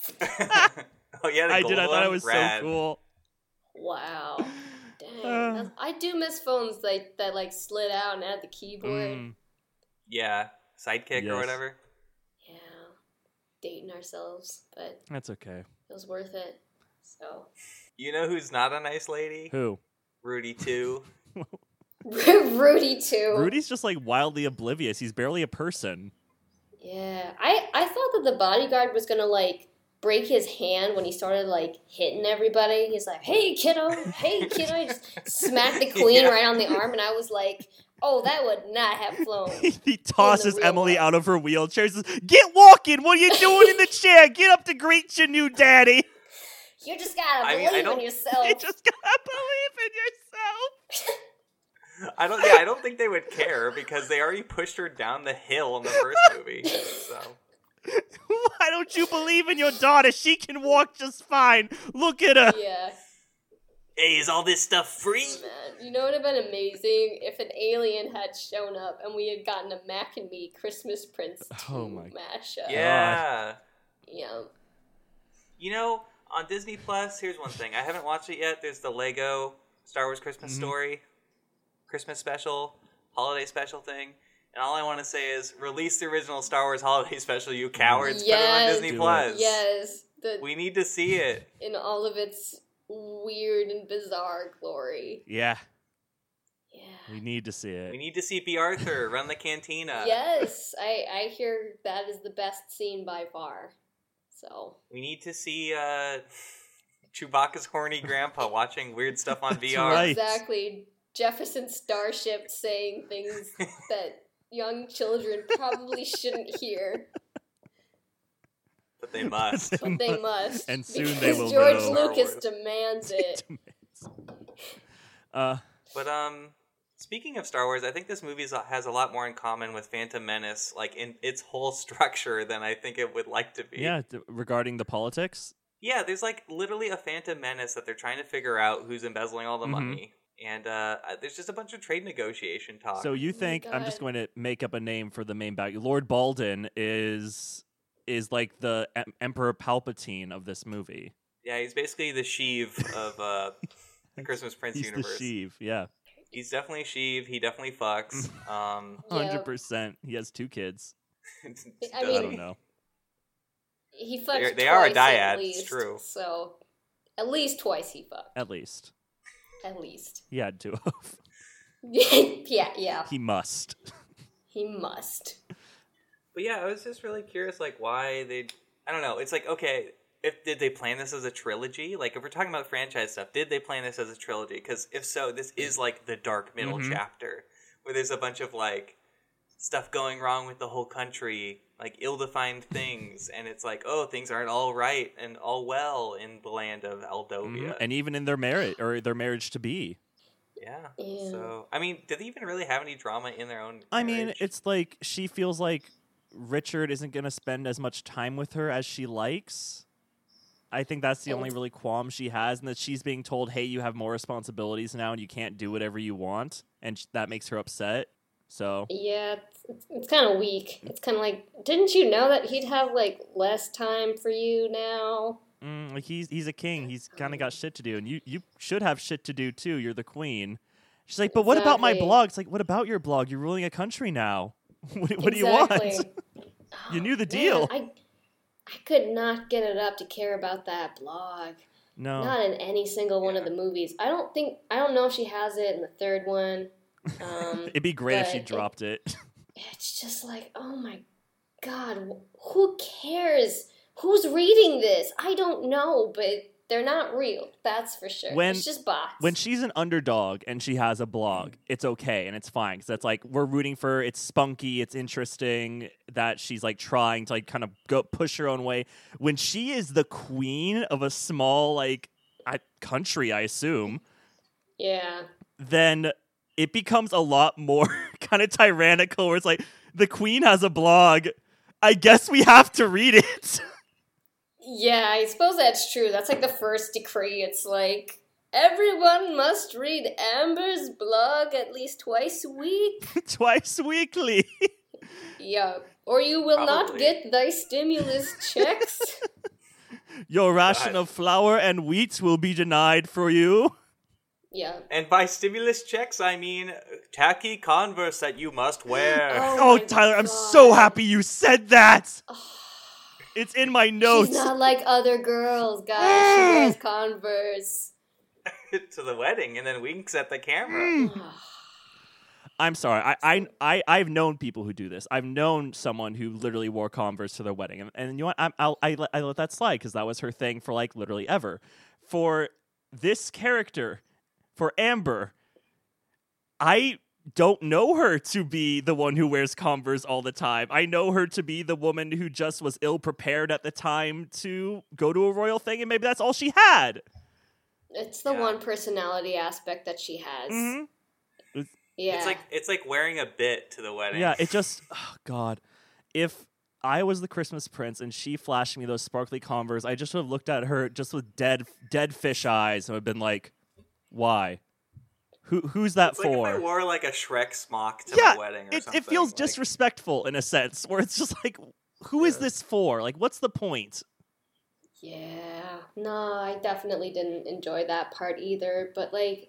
oh yeah, the I gold did. I thought it one? was Rad. so cool. Wow. Dang. Uh. that's- I do miss phones that, that like slid out and had the keyboard. Mm. yeah, sidekick or Yes. whatever. Yeah, dating ourselves, but That's okay. it was worth it. So You know who's not a nice lady? Who? Rudy too. Rudy too. Rudy's just like wildly oblivious. He's barely a person. Yeah, I I thought that the bodyguard was gonna like break his hand when he started like hitting everybody. He's like, "Hey kiddo, hey kiddo!" He just smacked the queen Yeah. right on the arm, and I was like, "Oh, that would not have flown." he tosses real Emily world. out of her wheelchair. Says, "Get walking! What are you doing in the chair? Get up to greet your new daddy." You just gotta I mean, I believe in don't- yourself. You just gotta believe in yourself. I don't. Yeah, I don't think they would care because they already pushed her down the hill in the first movie. So Why don't you believe in your daughter? She can walk just fine. Look at her. yeah, hey, is all this stuff free? man. You know it would have been amazing if an alien had shown up and we had gotten a Mac and Me Christmas Prince 2 Oh my- mashup. Yeah. Yeah. You know, on Disney Plus, here's one thing. I haven't watched it yet. There's the Lego Star Wars Christmas Mhm. Mm-hmm. Story, Christmas special, holiday special thing. And all I want to say is release the original Star Wars holiday special, you cowards. Put it on Yes. Disney Do it. Plus. Yes. The, We need to see it. in all of its weird and bizarre glory. Yeah, Yeah. we need to see We it. need to see B. Arthur run the cantina. Yes, I I hear that is the best scene by far. So We need to see uh, Chewbacca's horny grandpa watching weird stuff on That's VR. right. exactly, Jefferson Starship saying things that young children probably shouldn't hear, But they must. but they must. And soon they because will George know. Lucas Star Wars. demands it. uh, But um, speaking of Star Wars, I think this movie is- has a lot more in common with Phantom Menace, like in its whole structure, than I think it would like to be. yeah, d- regarding the politics. Yeah, there's like literally a Phantom Menace that they're trying to figure out who's embezzling all the Mhm. money, and uh, there's just a bunch of trade negotiation talk. So you Oh my think I'm just God. going to make up a name for the main bad? Lord Balden is is like the em- Emperor Palpatine of this movie. yeah, he's basically the Sheev of uh, the Christmas Prince He's universe. the Sheev. Yeah, He's definitely Sheev. He definitely fucks. Mm. Um, hundred Yeah. percent. He has two kids. I I mean- don't know. He fucks. They're- They they are a dyad, At it's least, true. So, at least twice he fucked. At least At least. he had two of. yeah, yeah. He must. He must. But yeah, I was just really curious, like why they. I don't know. It's like okay, if did they plan this as a trilogy? Like if we're talking about franchise stuff, did they plan this as a trilogy? Because if so, this is like the dark middle Mhm. chapter where there's a bunch of like stuff going wrong with the whole country, like ill-defined things, and it's like oh, things aren't all right and all well in the land of Aldovia. Mhm. And even in their marriage or their marriage to be. yeah. Yeah. So I mean, did they even really have any drama in their own? I mean, marriage? it's like she feels like Richard isn't going to spend as much time with her as she likes. I think that's the only And- really qualm she has, and that she's being told, "Hey, you have more responsibilities now, and you can't do whatever you want," and sh- that makes her upset. So Yeah, it's, it's, it's kind of weak. It's kind of like, didn't you know that he'd have like less time for you now? mm, like he's he's a king. He's kind of got shit to do, and you you should have shit to do too. You're the queen. She's like, "But what about my Exactly. blog?" It's like, "What about your blog? You're ruling a country now. what what do you want?" want? You knew the deal. I I could not get it up to care about that blog. No. Not in any single one of the movies. I don't think I don't know if she has it in the third one. Um, It'd be great if but she it- dropped it. it's just like, oh my god, wh- who cares? Who's reading this? I don't know, but they're not real. That's for sure. When- it's just bots. when she's an underdog and she has a blog, it's okay and it's fine because that's like we're rooting for. her, It's spunky, it's interesting that she's like trying to like kind of go push her own way. When she is the queen of a small like I, country, I assume, yeah. then it becomes a lot more kind of tyrannical. Where it's like the queen has a blog. I guess we have to read it. Yeah, I suppose that's true. That's like the first decree. It's like everyone must read Amber's blog at least twice a week. Twice weekly. Yeah, or you will not Probably. get thy stimulus checks. Your ration God. of flour and wheat will be denied for you. Yeah. And by stimulus checks, I mean tacky Converse that you must wear. Oh, my Tyler, I'm so God. happy you said that. It's in my She's notes. not like other girls, guys. She wears Converse. Oh. to the wedding and then winks at the camera. Hmm. I'm sorry. I, I I I've known people who do this. I've known someone who literally wore Converse to their wedding, and, and you know what? I'm, I'll I, let- I let that slide because that was her thing for like literally ever. For this character, for Amber, I don't know her to be the one who wears Converse all the time. I know her to be the woman who just was ill prepared at the time to go to a royal thing, and maybe that's all she had. It's the Yeah. one personality aspect that she has. Mhm. Yeah. It's like it's like wearing a bit to the wedding. Yeah, it just oh God. If I was the Christmas prince and she flashed me those sparkly Converse, I just would have looked at her just with dead dead fish eyes and would have been like, Why? Who who's that It's like if I for? wore like a Shrek smock to Yeah, my wedding or it, something. it feels like- disrespectful in a sense, where it's just like who is Yeah. this for? Like what's the point? Yeah. No, I definitely didn't enjoy that part either. But like,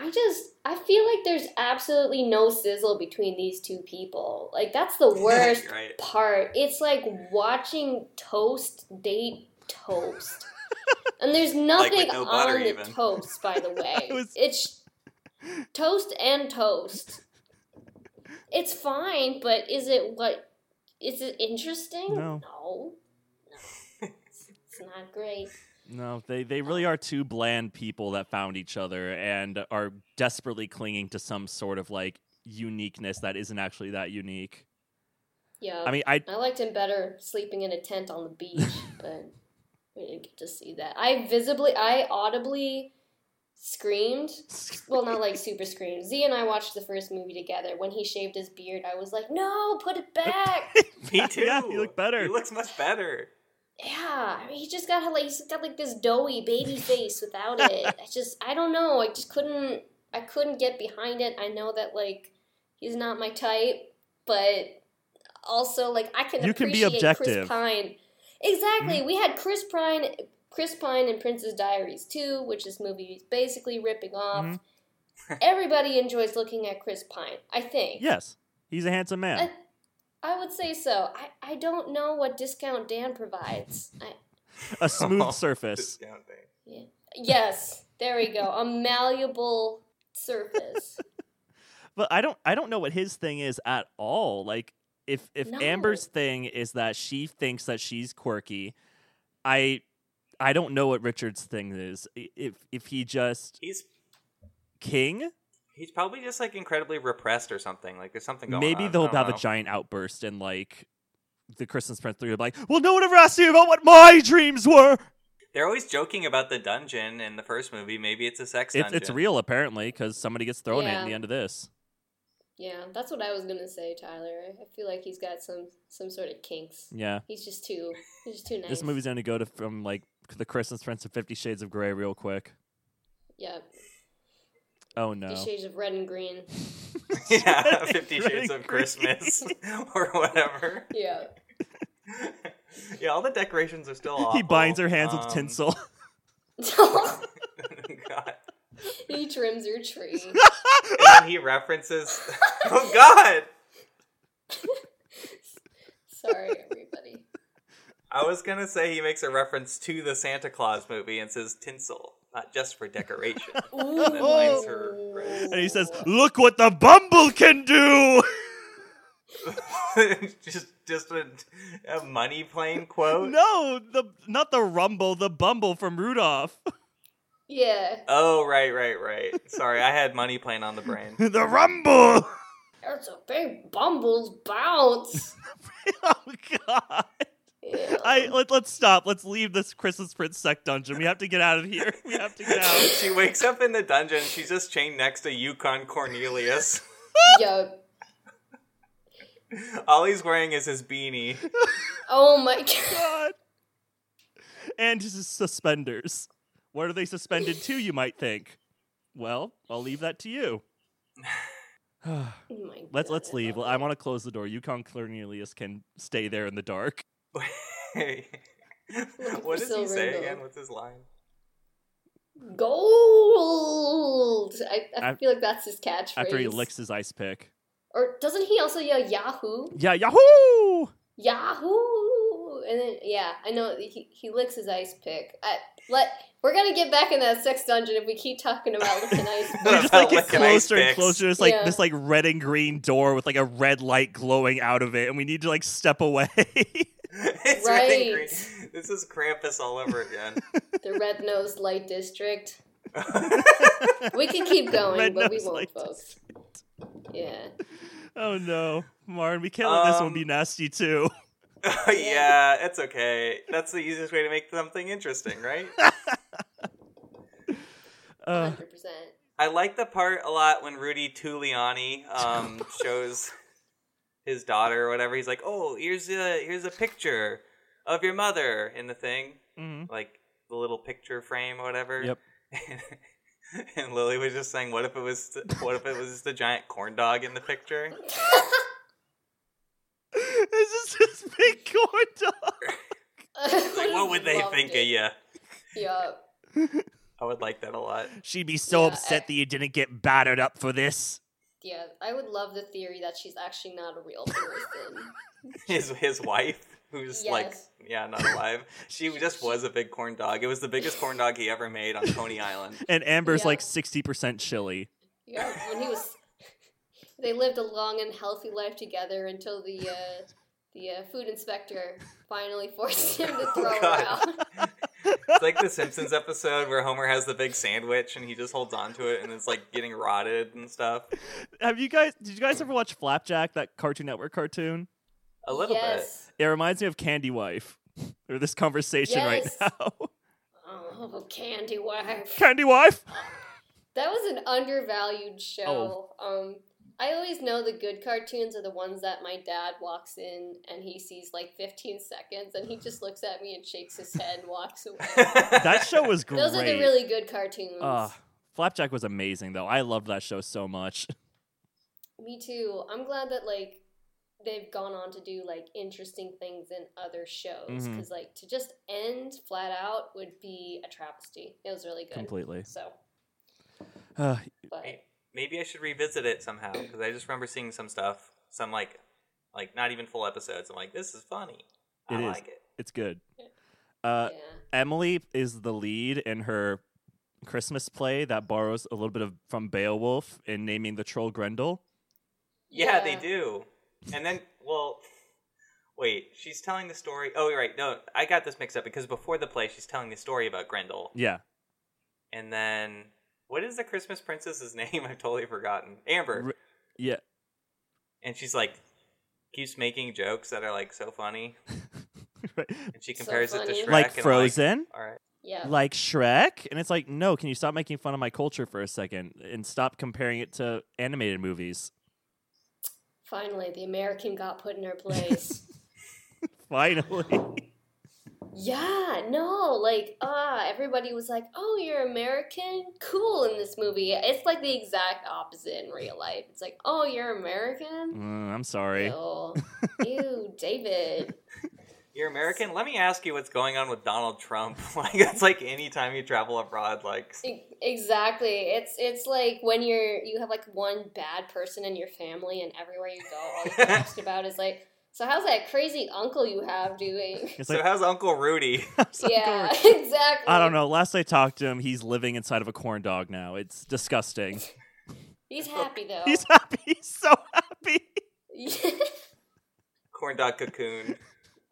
I just I feel like there's absolutely no sizzle between these two people. Like that's the worst right. part. It's like watching toast date toast. And there's Like, with nothing no butter on the even. toast, by the way. It was- It's toast and toast. It's fine, but is it what? Is it interesting? No. No. No. It's it's not great. No, they, they really are two bland people that found each other and are desperately clinging to some sort of like uniqueness that isn't actually that unique. Yeah. I mean, I I liked him better sleeping in a tent on the beach, but we didn't get to see that. I visibly, I audibly screamed. Well, not like super screamed. Z and I watched the first movie together. When he shaved his beard, I was like, "No, put it back." Me too. Yeah, you look better. He looks much better. yeah, I mean, he just got like he's got like this doughy baby face without it. I just, I don't know. I just couldn't, I couldn't get behind it. I know that like he's not my type, but also like I can You can be appreciate objective. Mm-hmm. Chris Pine. Exactly. We had Chris Pine, Chris Pine and Prince's Diaries too, which this movie is basically ripping off. Mhm. Everybody enjoys looking at Chris Pine. I think. Yes, he's a handsome man. I, I would say so. I, I don't know what discount Dan provides. I, a smooth Oh, surface. Discount thing. yes, there we go. A malleable surface. But I don't I don't know what his thing is at all. Like if if No. Amber's thing is that she thinks that she's quirky, I I don't know what Richard's thing is. I- If if he just He's king, he's probably just like incredibly repressed or something. Like there's something going maybe on. they'll I don't have a know. giant outburst and like the Christmas Prince three will be like, well, no one ever asked me about what my dreams were. They're always joking about the dungeon in the first movie. Maybe it's a sex It's dungeon. it's real apparently because somebody gets thrown in at Yeah. the end of this. Yeah, that's what I was gonna say, Tyler. I- I feel like he's got some some sort of kinks. Yeah, He's just too he's just too nice. this movie's gonna go to from like the Christmas Prince to Fifty Shades of Grey real quick. yeah, Oh no. the shades of red and green. yeah, Shades of Fifty Shades of Grey. Christmas or whatever. Yeah, yeah, all the decorations are still off. He binds her hands Um, with tinsel. God. he trims your tree. And then he references. oh God! Sorry, everybody. I was gonna say he makes a reference to the Santa Claus movie and says tinsel, not just for decoration. And then lines her red. and he says, "Look what the bumble can do." just, just a, a money plane quote. no, the not the rumble, the bumble from Rudolph. "Yeah, Oh right, right, right. Sorry, I had money plane on the brain. the rumble. that's a big bumble's bounce." oh God! Yeah. I Um. let, let's stop. Let's leave this Christmas Prince sect dungeon. We have to get out of here. We have to get out. She wakes up in the dungeon. She's just chained next to Yukon Cornelius. yeah. All he's wearing is his beanie. Oh my god. God. And his suspenders. What are they suspended to? You might think. Well, I'll leave that to you. Oh my Let's let's God. leave. I want to close the door. Yukon Cornelius can stay there in the dark. what does he Silver say Eagle. again? What's his line? Gold. I, I Af- feel like that's his catchphrase. after he licks his ice pick. Or doesn't he also yell Yahoo? Yeah, Yahoo! Yahoo! And then yeah, I know he, he licks his ice pick. I, let we're gonna get back in that sex dungeon if we keep talking about licking ice. We picks. just like get Licking ice closer and picks. closer. It's like Yeah. this like red and green door with like a red light glowing out of it, and we need to like step away. it's really Right. great. This is Krampus all over again. the red nosed light district. We can keep going, but we Red-nosed won't, light folks. Yeah. oh no, Marn, we can't let this one be Um, nasty too. yeah, that's okay. That's the easiest way to make something interesting, right? Uh, hundred percent. I like the part a lot when Rudy Tuliani um, shows his daughter or whatever. He's like, "Oh, here's a here's a picture of your mother in the thing, mhm. like the little picture frame or whatever." Yep. and Lily was just saying, "What if it was what if it was just a giant corn dog in the picture?" this is this big corn dog. Like, what would they think of you? Yeah. I would like that a lot. She'd be so Yeah, upset I- that you didn't get battered up for this. Yeah, I would love the theory that she's actually not a real person. His his wife, who's like, Yes. yeah, not alive. She just was a big corn dog. It was the biggest corn dog he ever made on Coney Island. And Amber's Yeah. like sixty percent chilly. yeah, when he was, they lived a long and healthy life together until the uh, the uh, food inspector finally forced him to throw her God. out. It's like the Simpsons episode where Homer has the big sandwich and he just holds on to it and it's like getting rotted and stuff. Have you guys? Did you guys ever watch Flapjack, that Cartoon Network cartoon? A little yes. It reminds me of Candy Wife or this conversation Yes. right now. Oh, Candy Wife. Candy Wife. That was an undervalued show. Um, I always know the good cartoons are the ones that my dad walks in and he sees like 15 seconds and he just looks at me and shakes his head and walks away. bit. That show was great. Those are the really good cartoons. Ah, Flapjack was amazing though. I loved that show so much. Me too. I'm glad that like they've gone on to do like interesting things in other shows Mhm. because like to just end flat out would be a travesty. It was really good. Completely. So, Uh, but Maybe I should revisit it somehow because I just remember seeing some stuff, some like, like not even full episodes. I'm like, this is funny. I It is. like it. it's good. Uh, yeah, Emily is the lead in her Christmas play that borrows a little bit of from Beowulf in naming the troll Grendel. Yeah, they do. And then, well, wait, she's telling the story. Oh, you're right. No, I got this mixed up because before the play, she's telling the story about Grendel. Yeah, And then, what is the Christmas princess's name? I've totally forgotten. Amber. R- yeah. and she's like, keeps making jokes that are like so funny. Right. And she So compares it to funny. Shrek. like and I'm Frozen, All right. Yeah. like, Shrek, and it's like, no, can you stop making fun of my culture for a second and stop comparing it to animated movies? Finally, the American got put in her place. Finally, yeah, no, like ah, everybody was like, "Oh, you're American, cool." In this movie, it's like the exact opposite in real life. It's like, "Oh, you're American." Mm, I'm sorry. Ew, Ew, David. You're American. Let me ask you what's going on with Donald Trump. like it's like anytime you travel abroad, like E- Exactly. It's it's like when you're you have like one bad person in your family, and everywhere you go, all you get asked about is like, so how's that crazy uncle you have doing? It's so like, how's Uncle Rudy? so yeah, gory. exactly. I don't know. Last I talked to him, he's living inside of a corn dog now. It's disgusting. He's happy though. He's happy. He's so happy. Corn dog cocoon.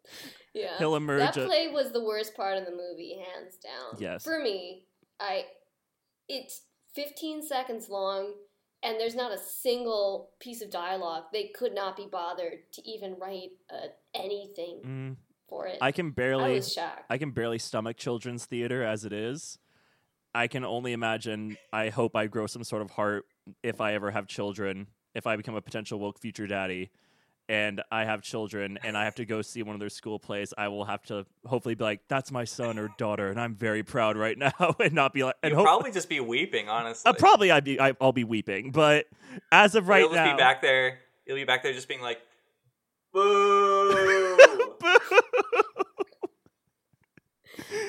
yeah. He'll emerge. That a- play was the worst part of the movie, hands down. Yes. For me, I it's 15 seconds long and there's not a single piece of dialogue. They could not be bothered to even write uh, anything Mm, for it. I can barely. I was shocked. I can barely stomach children's theater as it is. I can only imagine. I hope I grow some sort of heart if I ever have children, if I become a potential woke future daddy and I have children and I have to go see one of their school plays, I will have to hopefully be like, that's my son or daughter. And I'm very proud right now and not be like, and You'd hope, probably just be weeping, honestly. uh, probably I'd be, I, I'll be weeping. But as of right You'll just now, be back there. You'll be back there just being like, boo.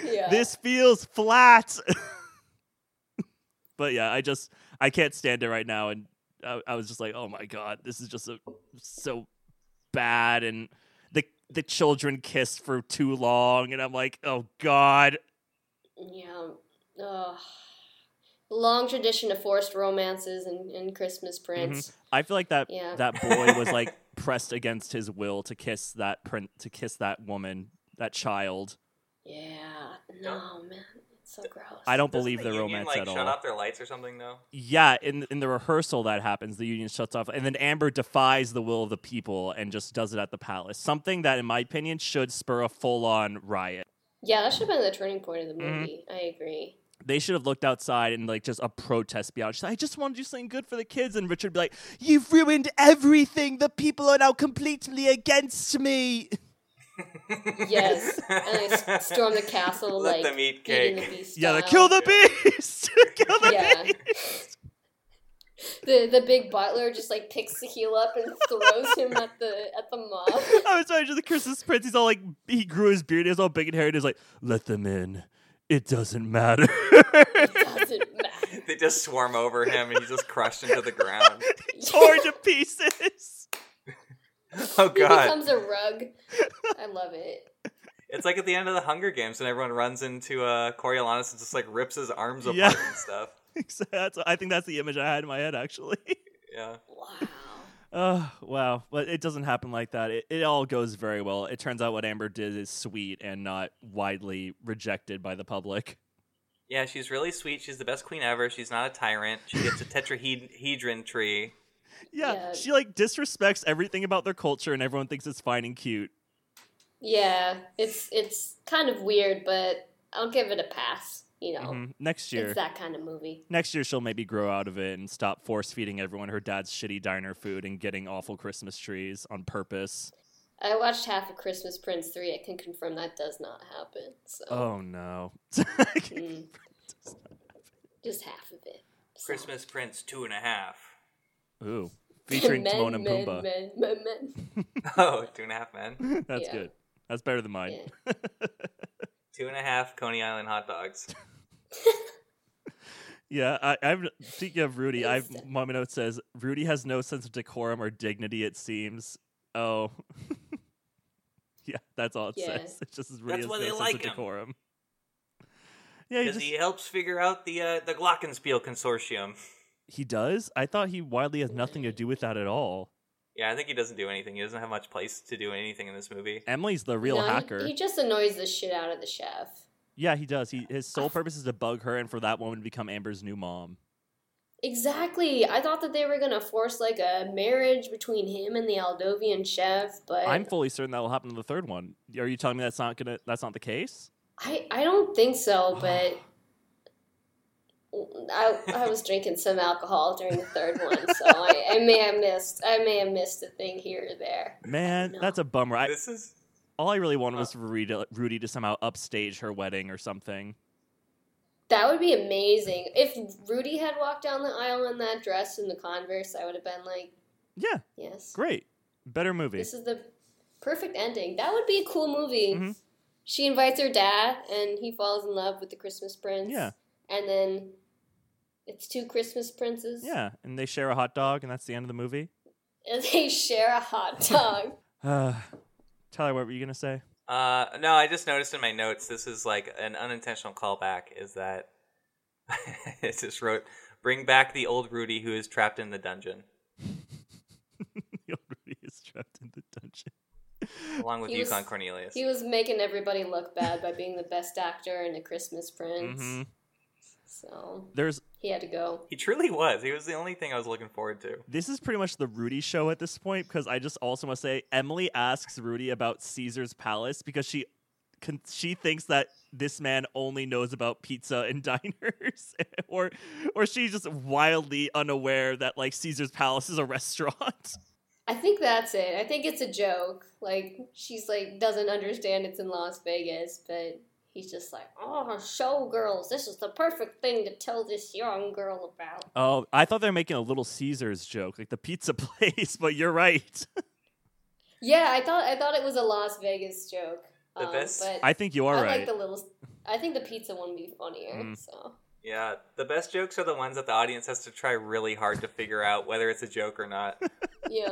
yeah. this feels flat. But yeah, I just I can't stand it right now, and I, I was just like, oh my god, this is just a, so bad, and the the children kissed for too long, and I'm like, oh god, Yeah. Ugh. Long tradition of forced romances and, and Christmas prints. I feel like Mm-hmm. that Yeah. that boy was like pressed against his will to kiss that print to kiss that woman that child. Yeah. No, man. It's so gross. I don't Doesn't believe the, union, romance like, at all. Shut off their lights or something though. Yeah, in in the rehearsal that happens, the union shuts off, and then Amber defies the will of the people and just does it at the palace. Something that, in my opinion, should spur a full on riot. Yeah, that should have been the turning point of the Mhm. movie. I agree. They should have looked outside and like just a protest be out. She's like, I just want to do something good for the kids, and Richard be like, "You've ruined everything. The people are now completely against me." Yes. and they s- storm the castle Let like them eat Beauty and cake. the Beast Yeah, like, style. kill the beast. kill the Yeah. beast. the the big butler just like picks the heel up and throws him at the at the mob. I was talking to the Christmas prince. He's all like, he grew his beard. He was all big and hairy. And he's like, "Let them in. It doesn't matter." Doesn't matter. They just swarm over him and he's just crushed into the ground. torn to pieces. Oh he god. becomes a rug. I love it. It's like at the end of the Hunger Games and everyone runs into uh Coriolanus and just like rips his arms apart Yeah. and stuff. So that's, I think that's the image I had in my head, actually. Yeah. Wow. Oh, wow. But it doesn't happen like that. It, it all goes very well. It turns out what Amber did is sweet and not widely rejected by the public. Yeah, she's really sweet. She's the best queen ever. She's not a tyrant. She gets a tetrahedron tree. Yeah, Yeah. she like disrespects everything about their culture and everyone thinks it's fine and cute. Yeah, it's it's kind of weird, but I'll give it a pass. You know, Mhm. Next year. it's that kind of movie. Next year she'll maybe grow out of it and stop force feeding everyone her dad's shitty diner food and getting awful Christmas trees on purpose. I watched half of Christmas Prince three. I can confirm that does not happen. So Oh no. mm. just half of it. So- Christmas Prince two and a half. Ooh. Featuring men, Timon and men, Pumbaa. Men, men, men, Oh, two and a half men. That's Yeah. good. That's better than mine. Yeah. Two and a half Coney Island hot dogs. Yeah, I, I've speaking of Rudy, I Yes. my note says Rudy has no sense of decorum or dignity. It seems. Oh, yeah, that's all it Yeah. says. It just is Rudy That's has why no they sense like of him. decorum. Yeah, he, Because just, he he... helps figure out the uh, the Glockenspiel Consortium. does. I thought he widely has nothing to do with that at all. Yeah, I think he doesn't do anything. He doesn't have much place to do anything in this movie. Emily's the real No, he- hacker. He, just annoys the shit out of the chef. Yeah, he does. He his sole purpose is to bug her and for that woman to become Amber's new mom. Exactly. I thought that they were gonna force like a marriage between him and the Aldovian chef, but I'm fully certain that will happen in the third one. Are you telling me that's not gonna? That's not the case. I I don't think so, but I I was drinking some alcohol during the third one, so I, I may have missed I may have missed a thing here or there. Man, No. that's a bummer. I, This is All I really wanted Uh, was for Rudy to, Rudy to somehow upstage her wedding or something. That would be amazing. If Rudy had walked down the aisle in that dress in the Converse, I would have been like, Yeah, yes, great. Better movie. this is the perfect ending. That would be a cool movie. Mhm. She invites her dad, and he falls in love with the Christmas prince. Yeah. and then it's two Christmas princes. Yeah, and they share a hot dog, and that's the end of the movie. and they share a hot dog. Uh, Tyler, what were you gonna say? Uh, no, I just noticed in my notes this is like an unintentional callback. Is that it just wrote bring back the old Rudy who is trapped in the dungeon The old Rudy is trapped in the dungeon. along with He was- Yukon Cornelius. He was making everybody look bad by being the best actor in a Christmas Prince. Mhm. So There's he had to go. He truly was. He was the only thing I was looking forward to. this is pretty much the Rudy show at this point because I just also must say Emily asks Rudy about Caesar's palace because she con- she thinks that this man only knows about pizza and diners or or she's just wildly unaware that like Caesar's palace is a restaurant. I think that's it. I think it's a joke. Like she's like doesn't understand it's in Las Vegas, but he's just like, oh, showgirls. This is the perfect thing to tell this young girl about. Oh, I thought they were making a little Caesar's joke, like the pizza place, but you're right. Yeah, I thought I thought it was a Las Vegas joke. um, The best- But I think you are I right. like the little. I think the pizza one would be funnier. Mm. So Yeah, the best jokes are the ones that the audience has to try really hard to figure out whether it's a joke or not. Yeah.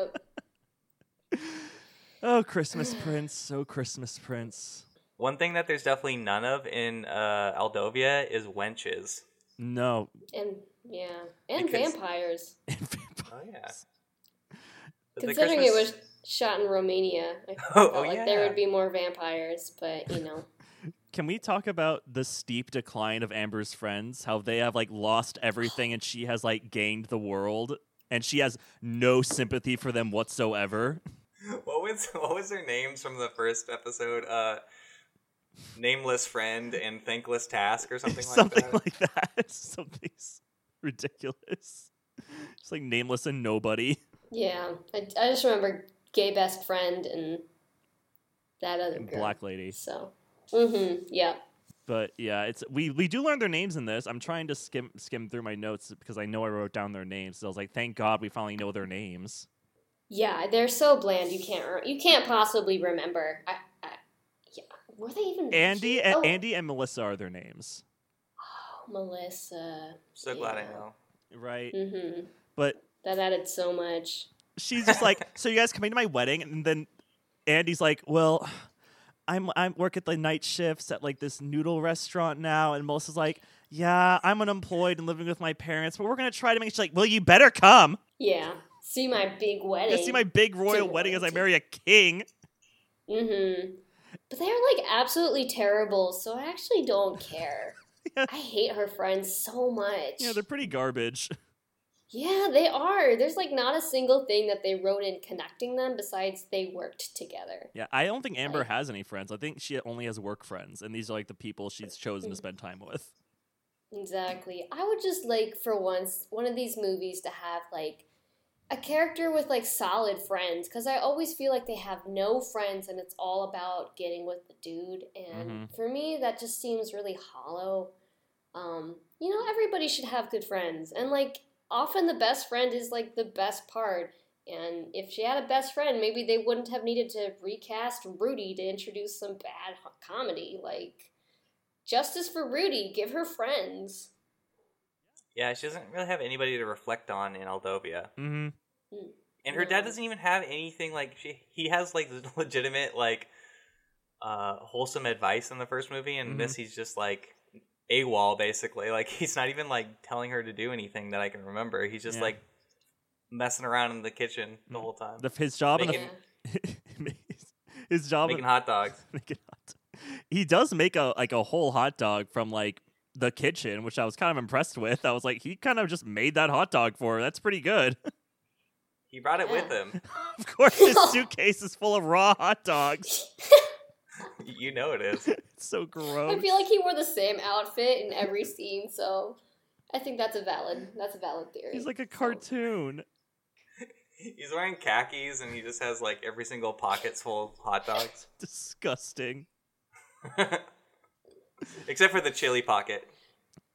Oh, Christmas Prince. Oh, Christmas Prince. One thing that there's definitely none of in uh, Aldovia is wenches. No. And yeah. And Because- vampires. Oh yeah. The Considering it was Christmas- shot in Romania, I Oh, felt oh, like there yeah. would be more vampires, but you know. Can we talk about the steep decline of Amber's friends? How they have like lost everything and she has like gained the world and she has no sympathy for them whatsoever. what was what was their names from the first episode? Uh, nameless friend and thankless task or something, like that. like that. Something's ridiculous. It's like nameless and nobody. Yeah. I, I just remember gay best friend and that other And girl. black lady. So Mm-hmm. Yeah. But yeah, it's we we do learn their names in this. I'm trying to skim skim through my notes because I know I wrote down their names. So I was like, thank God we finally know their names. Yeah, they're so bland. You can't re- you can't possibly remember. I, I, yeah, were they even Andy mentioned? and oh, Andy and Melissa are their names. oh, Melissa. So glad I Yeah. know. Right. Mm-hmm. But That added so much. she's just like, so you guys coming to my wedding, and then Andy's like, well, I'm I work at the night shifts at like this noodle restaurant now, and Melissa's like, yeah, I'm unemployed and living with my parents, but we're gonna try to make. She's like, well, you better come. Yeah. See my big You wedding. gotta see my big royal the wedding as I wedding. marry a king. Mm-hmm. But they're like absolutely terrible, so I actually don't care. Yeah. I hate her friends so much. Yeah, they're pretty garbage. Yeah, they are. There's like not a single thing that they wrote in connecting them besides they worked together. Yeah, I don't think Amber Like- has any friends. I think she only has work friends, and these are like the people she's chosen to Mm. spend time with. Exactly. I would just like for once one of these movies to have like a character with like solid friends because I always feel like they have no friends and it's all about getting with the dude and for me that just seems really hollow. Um, you know, everybody should have good friends and like often the best friend is like the best part. And if she had a best friend, maybe they wouldn't have needed to recast Rudy to introduce some bad h- comedy like Justice for Rudy. Give her friends. Yeah, she doesn't really have anybody to reflect on in Aldovia, Mm-hmm. and her dad No. doesn't even have anything like she. He has like legitimate like uh, wholesome advice in the first movie, and Mm-hmm. this he's just like a wall basically. Like he's not even like telling her to do anything that I can remember. He's just Yeah. like messing around in the kitchen the Mhm. whole time, The, his job in Make the, it- his job in- making hot dogs. Make it hot. He does make a like a whole hot dog from like the kitchen, which I was kind of impressed with. I was like, he kind of just made that hot dog for her. That's pretty good. He brought it with Yeah. him. of course, his suitcase is full of raw hot dogs. You know it is. It's so I gross. feel like he wore the same outfit in every scene, so I think that's a valid that's a valid theory. He's like a cartoon. He's wearing khakis and he just has like every single pocket's full of hot dogs. Disgusting. Except for the chili pocket.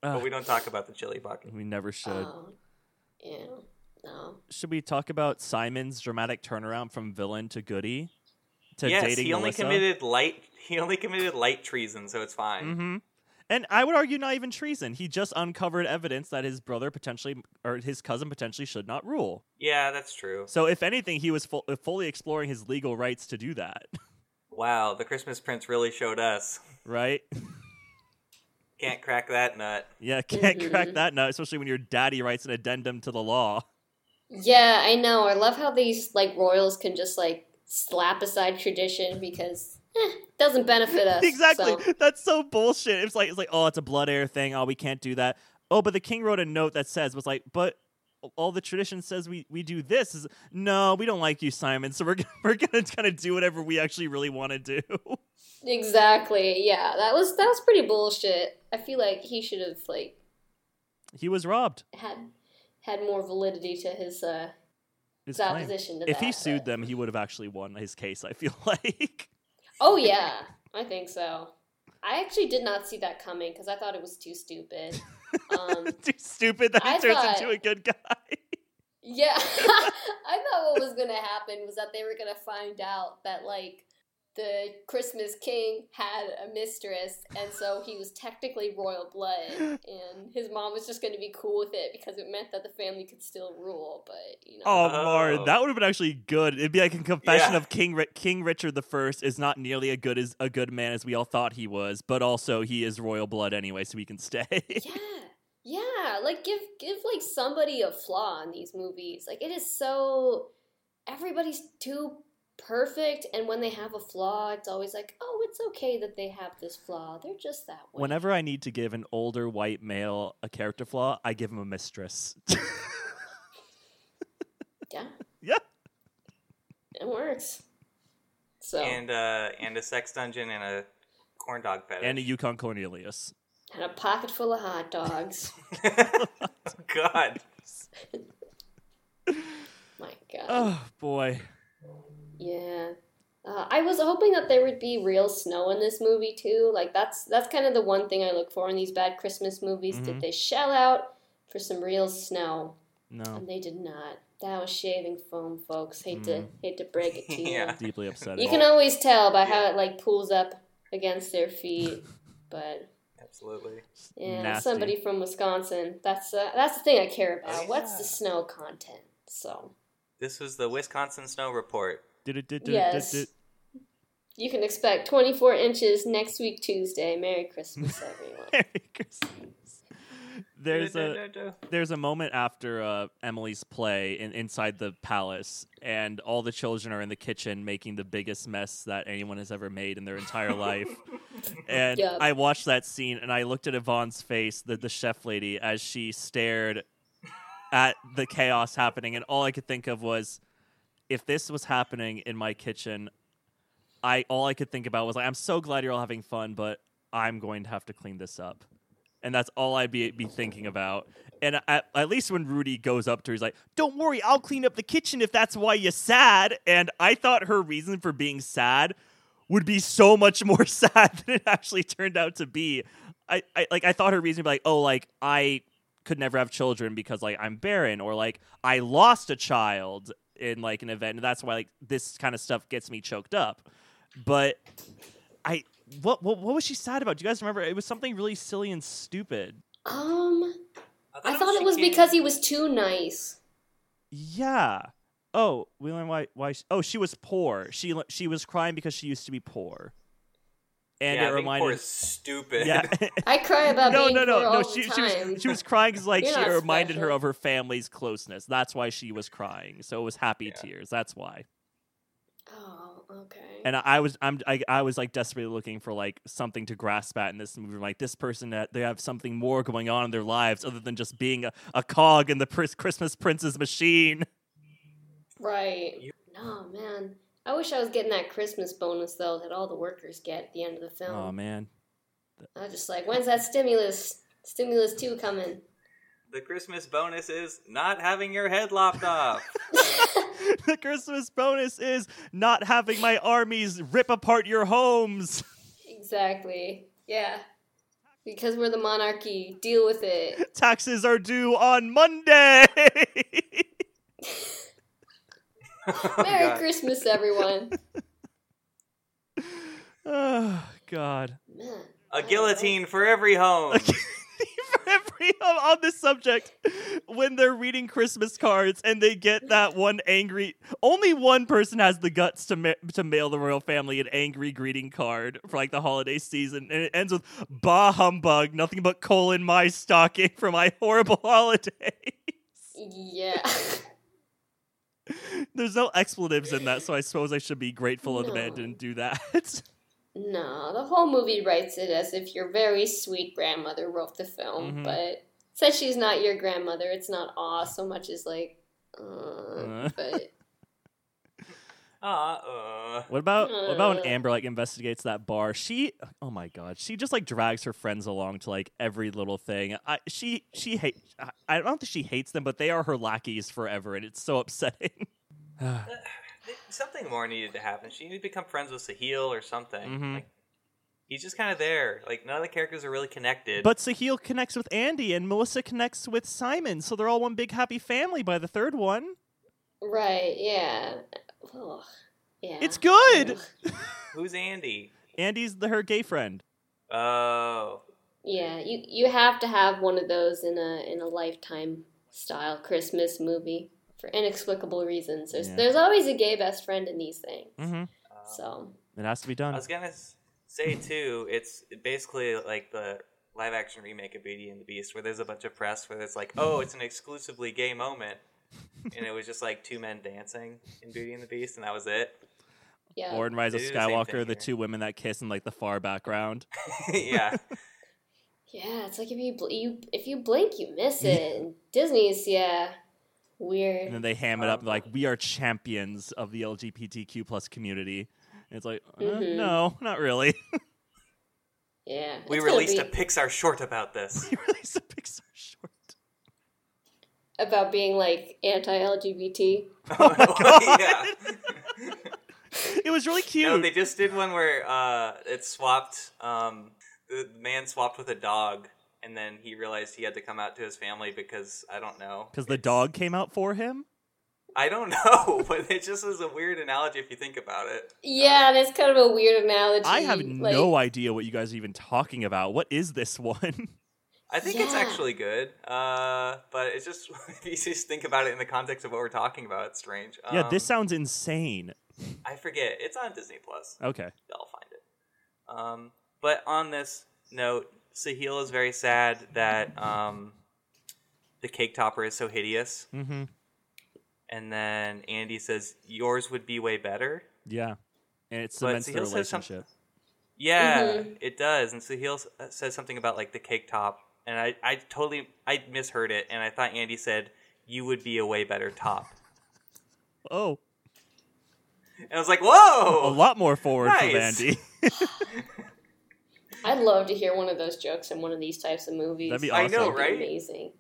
But Ugh, we we, don't talk about the chili pocket. never should. Oh, yeah, no. should we talk about Simon's dramatic turnaround from villain to goody to yes, dating he only Melissa? committed light he only committed light treason, so it's fine. hmm And I would argue not even treason. He just uncovered evidence that his brother potentially or his cousin potentially should not rule. Yeah, that's true. So if anything, he was fu- uh, fully exploring his legal rights to do that, Wow, the Christmas Prince really showed us. right? Can't crack that nut. Yeah, can't crack Mhm. that nut, especially when your daddy writes an addendum to the law. Yeah, I know. I love how these like royals can just like slap aside tradition because eh, it doesn't benefit us. exactly. so- That's so bullshit. It's like it's like, oh, it's a blood heir thing. Oh, we can't do that. Oh, but the king wrote a note that says was like, but all the tradition says we we do this. Is no, we don't like you, Simon. So we're gonna, we're gonna kind of do whatever we actually really want to do. Exactly. Yeah, that was that was pretty bullshit. I feel like he should have like he was robbed. had had more validity to his uh His his claim. opposition to If that. he sued but- them, he would have actually won his case. I feel like. Oh yeah, I think so. I actually did not see that coming because I thought it was too stupid. Um, Too stupid that he I turns thought- into a good guy. yeah, I thought what was gonna happen was that they were gonna find out that like the Christmas King had a mistress, and so he was technically royal blood, and his mom was just going to be cool with it because it meant that the family could still rule. But you know, Oh, Oh. Mara, that would have been actually good. It'd be like a confession Yeah. of King Ri- King Richard the First is not nearly a good as a good man as we all thought he was, but also he is royal blood anyway, so he can stay. yeah, yeah, like give give like somebody a flaw in these movies. Like it is so everybody's too perfect, and when they have a flaw, it's always like, oh, it's okay that they have this flaw. They're just that way. Whenever I need to give an older white male a character flaw, I give him a mistress. yeah, Yeah. it works. So and uh, and a sex dungeon and a corn dog fetish. and a Yukon Cornelius. and a pocket full of hot dogs. Oh God, My God. Oh boy. Yeah. Uh, I was hoping that there would be real snow in this movie too. Like that's that's kind of the one thing I look for in these bad Christmas movies. Mhm. Did they shell out for some real snow? No. And they did not. That was shaving foam, folks. Hate Mm. to hate to break it to Yeah. Deeply upsetting. you. You can always tell by how it like pulls up against their feet. But absolutely. yeah, Nasty. somebody from Wisconsin. That's uh, that's the thing I care about. Oh, What's yeah. the snow content? So This was the Wisconsin snow report. Yes. yes. You can expect 24 inches next week, Tuesday. Merry Christmas, everyone. Merry Christmas. There's a there's a moment after uh, Emily's play in, inside the palace, and all the children are in the kitchen making the biggest mess that anyone has ever made in their entire life. And Yep. I watched that scene, and I looked at Yvonne's face, the, the chef lady, as she stared at the chaos happening, and all I could think of was, if this was happening in my kitchen, I all I could think about was like, I'm so glad you're all having fun, but I'm going to have to clean this up. And that's all I'd be, be thinking about. And at, at least when Rudy goes up to her, he's like, Don't worry, I'll clean up the kitchen if that's why you're sad. And I thought her reason for being sad would be so much more sad than it actually turned out to be. I, I like I thought her reason would be like, oh, like I could never have children because like I'm barren, or like I lost a child in like an event, and that's why like this kind of stuff gets me choked up. But I what what, what was she sad about? Do you guys remember? It was something really silly and stupid. Um, Oh, I thought she it was came- because he was too nice. Yeah. Oh, we learned why. Why? She, oh, she was poor. She she was crying because she used to be poor, and yeah, it being reminded. poor is stupid. yeah, I cry about no, being no, no, poor no. all She, the she time. was she was crying because like You're she not reminded her special. of her family's closeness. That's why she was crying. So it was happy Yeah. tears. That's why. oh, okay. And I, I was I'm I, I was like desperately looking for like something to grasp at in this movie. Like this person that they have something more going on in their lives other than just being a, a cog in the pris- Christmas Prince's machine. right. You- No, man. I wish I was getting that Christmas bonus though that all the workers get at the end of the film. Um, Oh man, I was just like, when's that stimulus? Stimulus two coming? The Christmas bonus is not having your head lopped off. the Christmas bonus is not having my armies rip apart your homes. Exactly. Yeah. Because we're the monarchy. Deal with it. Taxes are due on Monday. Oh, Merry God. Christmas, everyone. oh God. Man. A guillotine for every home. for every on, on this subject when they're reading Christmas cards and they get that one angry. Only one person has the guts to ma- to mail the royal family an angry greeting card for like the holiday season, and it ends with "Bah humbug! Nothing but coal in my stocking for my horrible holiday." Yeah. There's no expletives in that, so I suppose I should be grateful that I No. didn't do that. No, the whole movie writes it as if your very sweet grandmother wrote the film, Mm-hmm. Mhm. but since she's not your grandmother, it's not awe so much as like, uh, Uh. but Uh, uh. What about what about when Uh. Amber like investigates that bar? She oh my god, she just like drags her friends along to like every little thing. I she she hate I, I don't think she hates them, but they are her lackeys forever, and it's so upsetting. Something more needed to happen. She needed to become friends with Sahil or something. Mhm. Like, he's just kind of there. Like none of the characters are really connected. but Sahil connects with Andy, and Melissa connects with Simon, so they're all one big happy family by the third one. right, yeah. Ugh. Yeah. It's good. Who's Andy? Andy's the, her gay friend. Oh, Yeah, you you have to have one of those in a in a lifetime style Christmas movie for inexplicable reasons. There's Yeah. there's always a gay best friend in these things. Mm-hmm. uh, So It has to I be done. was gonna s- say too. It's basically like the live action remake of Beauty and the Beast, where there's a bunch of press where it's like, oh, it's an exclusively gay moment, and it was just like two men dancing in Beauty and the Beast, and that was it. yeah, Or in Rise They of do the same Skywalker, the, thing here. two women that kiss in like the far background. yeah, yeah. It's like if you bl- you if you blink, you miss it. And Disney's yeah, And weird. then they ham it up Um, like, we are champions of the LGBTQ plus community. And it's like, uh, Mhm. no, not really. Yeah, we it's gonna released a be Pixar short about this. you released a Pixar short. about being like anti-LGBT. Oh my God. yeah. It was really cute. No, they just did one where uh, it swapped. Um, the man swapped with a dog, and then he realized he had to come out to his family because I don't know. because the dog came out for him. I don't know, but it just is a weird analogy if you think about it. Yeah, that's kind of a weird analogy. I have like- no idea what you guys are even talking about. What is this one? I think it's Yeah. actually good, uh, but it's just if you just think about it in the context of what we're talking about, it's strange. Um, yeah, this sounds insane. I forget. It's on Disney Plus. Okay. I'll find it. Um, but on this note, Sahil is very sad that um, the cake topper is so hideous. Mm-hmm. And then Andy says, "Yours would be way better." Yeah, and it But cements the Sahil says something- relationship. Yeah, Mhm. it does. And so he also says something about like the cake top, and I, I totally I misheard it, and I thought Andy said, "You would be a way better top," Oh, and I was like, a "Whoa!" lot more forward from Oh. Nice. Andy. I'd love to hear one of those jokes in one of these types of movies. That'd be I awesome. know, That'd be right? Amazing.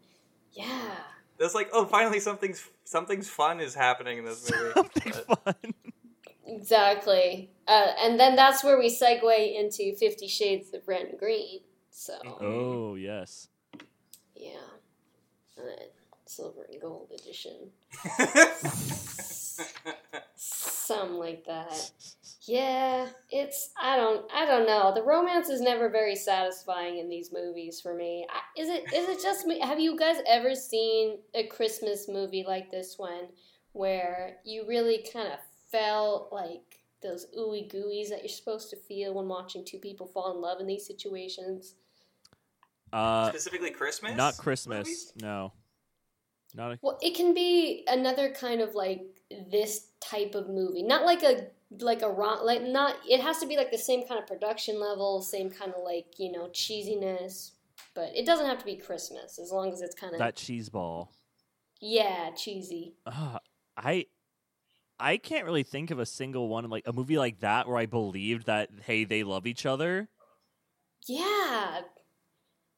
Yeah. That's like, oh, finally something's something's fun is happening in this movie. Something But- fun. Exactly. Uh, and then that's where we segue into Fifty Shades of Red and Green. So, Oh yes. yeah. Uh, silver and gold edition. Something like that. Yeah, it's I don't I don't know. The romance is never very satisfying in these movies for me. I, is it is it just me? Have you guys ever seen a Christmas movie like this one where you really kind of felt like those ooey gooeys that you're supposed to feel when watching two people fall in love in these situations? Uh, Specifically, Christmas. not Christmas. movies? No. Not a, Well, it can be another kind of like this type of movie, not like a like a rom like not. It has to be like the same kind of production level, same kind of like you know cheesiness, but it doesn't have to be Christmas as long as it's kind of that cheese ball. yeah cheesy. Uh, I. I can't really think of a single one like a movie like that where I believed that hey they love each other. Yeah,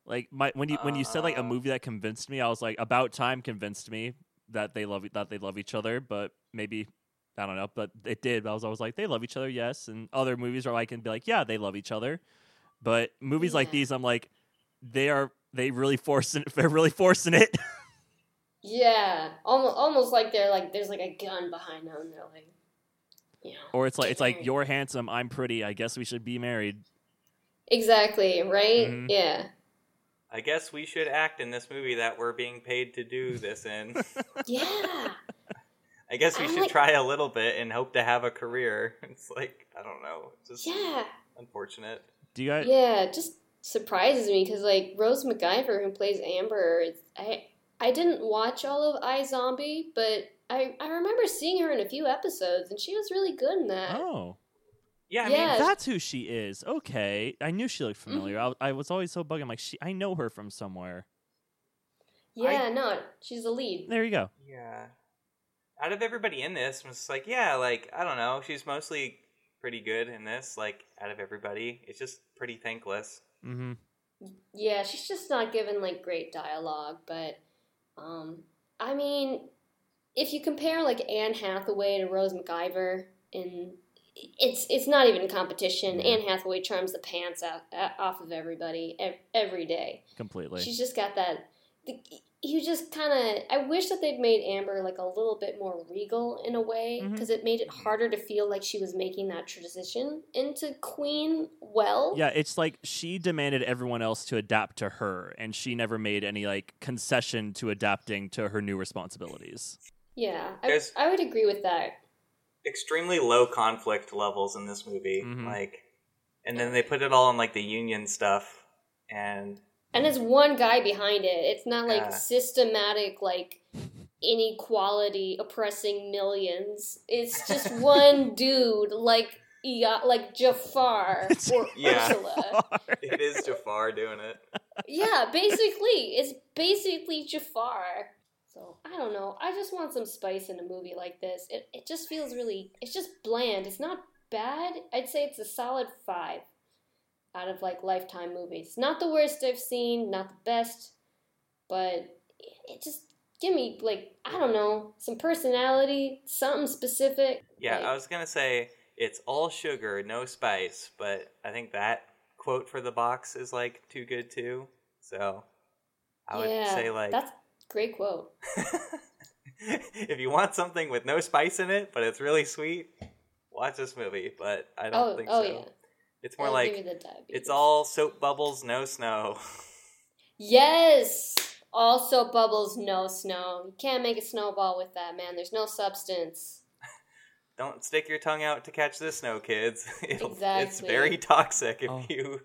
Like my when you when you said like a Uh. movie that convinced me, I was like about time convinced me that they love that they love each other, but maybe I don't know, but it did. I was always like they love each other, yes, and other movies where I can be like yeah they love each other, but movies like Yeah. these I'm like they are they really forcing they're really forcing it. yeah, almost almost like they're like there's like a gun behind them. They're like, yeah, or it's like it's like Right. you're handsome, I'm pretty, I guess we should be married. exactly right. Mhm. Yeah, I guess we should act in this movie that we're being paid to do this in. yeah. I guess we I'm should like- try a little bit and hope to have a career. It's like I don't know, it's just Yeah, unfortunate. Do you guys? yeah, it just surprises me because like Rose MacGyver, who plays Amber, is- I I didn't watch all of I Zombie, but I I remember seeing her in a few episodes, and she was really good in that. Oh, Yeah, I Yeah. mean, that's who she is. Okay, I knew she looked Mm-hmm. familiar. I, I was always so bugging like she. I know her from somewhere. yeah, no, she's the lead. There you go. yeah. Out of everybody in this, I'm just like, yeah, like I don't know, she's mostly pretty good in this. Like out of everybody, it's just pretty thankless. Mm-hmm. Yeah, she's just not given like great dialogue, but um, I mean, if you compare like Anne Hathaway to Rose MacGyver in it's it's not even a competition. Yeah. Anne Hathaway charms the pants out, off of everybody ev- every day. completely. She's just got that. The, you just kind of i wish that they'd made amber like a little bit more regal in a way Mhm. because it made it harder to feel like she was making that transition into queen well Yeah, it's like she demanded everyone else to adapt to her, and she never made any like concession to adapting to her new responsibilities. yeah I, There's- I would agree with that extremely low conflict levels in this movie. Mhm. Like, and then they put it all on like the union stuff, and and there's one guy behind it it's not like Yeah. systematic like inequality oppressing millions it's just one dude like Ia- like jafar or Yeah. ursula it is Jafar doing it. yeah, basically, it's basically Jafar. So I don't know. I just want some spice in a movie like this. It it just feels really. It's just bland. It's not bad. I'd say it's a solid five out of like lifetime movies. Not the worst I've seen. Not the best, but it- it just give me like I don't know some personality, something specific. Yeah, Right. I was gonna say it's all sugar, no spice, but I think that quote for the box is like too good too. So I would yeah, say like that's great quote. if you want something with no spice in it, but it's really sweet, watch this movie. But I don't Oh, think oh so. yeah. It's more That'll give like me the diabetes. it's all soap bubbles, no snow. Yes. Also, bubbles, no snow. You can't make a snowball with that, man. There's no substance. don't stick your tongue out to catch this snow, kids. It'll, It's Exactly. very toxic if Oh. you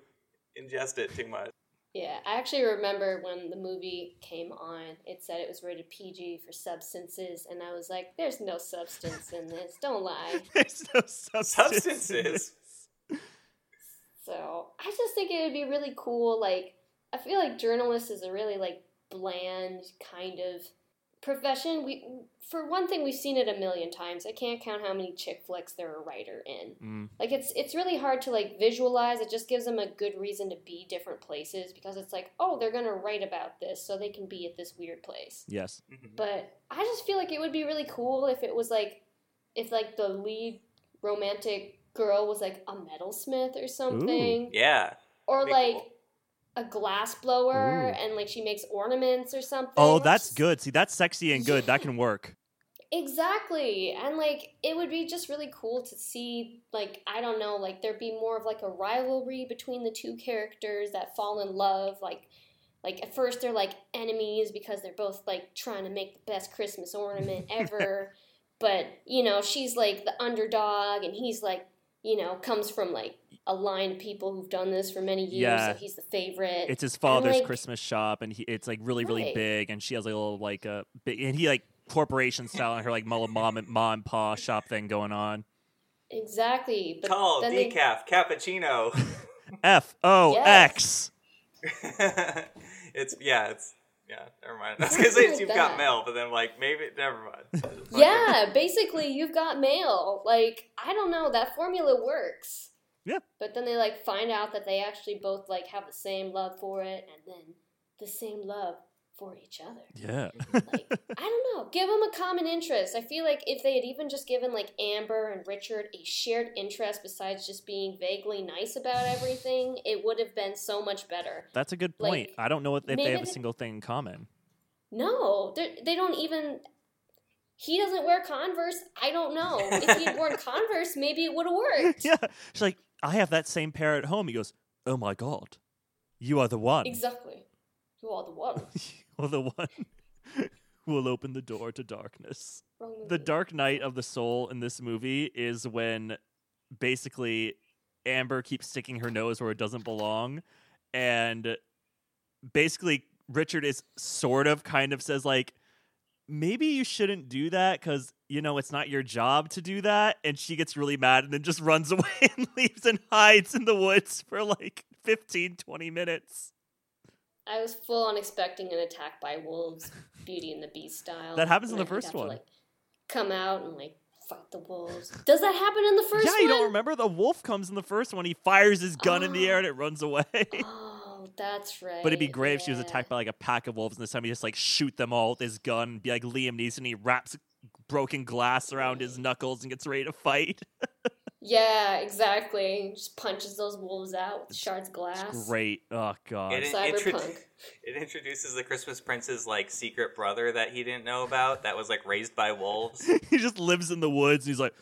ingest it too much. Yeah, I actually remember when the movie came on, it said it was rated PG for substances, and I was like, there's no substance in this. Don't lie. There's no substance in Substances. this. So I just think it would be really cool. Like, I feel like journalists is a really, like, bland kind of profession. We, for one thing, we've seen it a million times. I can't count how many chick flicks they're a writer in. Mm. like it's it's really hard to like visualize it just gives them a good reason to be different places because it's like oh they're gonna write about this so they can be at this weird place Yes. Mhm. but i just feel like it would be really cool if it was like if like the lead romantic girl was like a metalsmith or something yeah. or Be like cool. a glass blower Ooh. and like she makes ornaments or something Oh, Like, that's just- good. See, that's sexy and good. That can work. Exactly. And like it would be just really cool to see like I don't know, like there'd be more of like a rivalry between the two characters that fall in love like like at first they're like enemies because they're both like trying to make the best Christmas ornament ever, but you know, she's like the underdog and he's like, you know, comes from like a line of people who've done this for many years, Yeah. so he's the favorite. It's his father's like- Christmas shop, and he, it's like really, really Right. big. And she has like a little like a big, and he like corporation style and her like little mom and mom and pa shop thing going on. exactly. But Tall, then they- decaf, cappuccino. F O X. it's yeah, it's yeah. Never mind. I was gonna say it's Something you've like got that. mail, but then like maybe never mind. yeah, basically you've got mail. Like I don't know, that formula works. Yeah. But then they like find out that they actually both like have the same love for it, and then the same love for each other. Yeah. Like I don't know, give them a common interest. I feel like if they had even just given like Amber and Richard a shared interest besides just being vaguely nice about everything, it would have been so much better. That's a good point. Like, I don't know if maybe they have a they- single thing in common. No, they're- they don't even. He doesn't wear Converse. I don't know. If he had worn Converse, maybe it would have worked. yeah. She's like, I have that same pair at home. He goes, Oh my God. You are the one. Exactly. You are the one. You're the one who will open the door to darkness. Wrong movie. The dark night of the soul in this movie is when basically Amber keeps sticking her nose where it doesn't belong. And basically, Richard is sort of kind of says, like, maybe you shouldn't do that because, you know, it's not your job to do that. And she gets really mad and then just runs away and leaves and hides in the woods for like 15, 20 minutes. I was full on expecting an attack by wolves, Beauty and the Beast style. That happens in And the I'd first have to, one. like, come out and like fight the wolves. Does that happen in the first yeah, one? you don't remember? The wolf comes in the first one. He fires his gun in the air and it runs away. Oh, that's right. But it'd be great if she was yeah. attacked by like a pack of wolves, and this time he just like shoot them all with his gun, and be like Liam Neeson, he wraps broken glass around his knuckles and gets ready to fight. Yeah, exactly. Just punches those wolves out with shards of It's glass. great. Oh god. It is- Cyberpunk. It introduces the Christmas Prince's like secret brother that he didn't know about that was like raised by wolves. he just lives in the woods and he's like,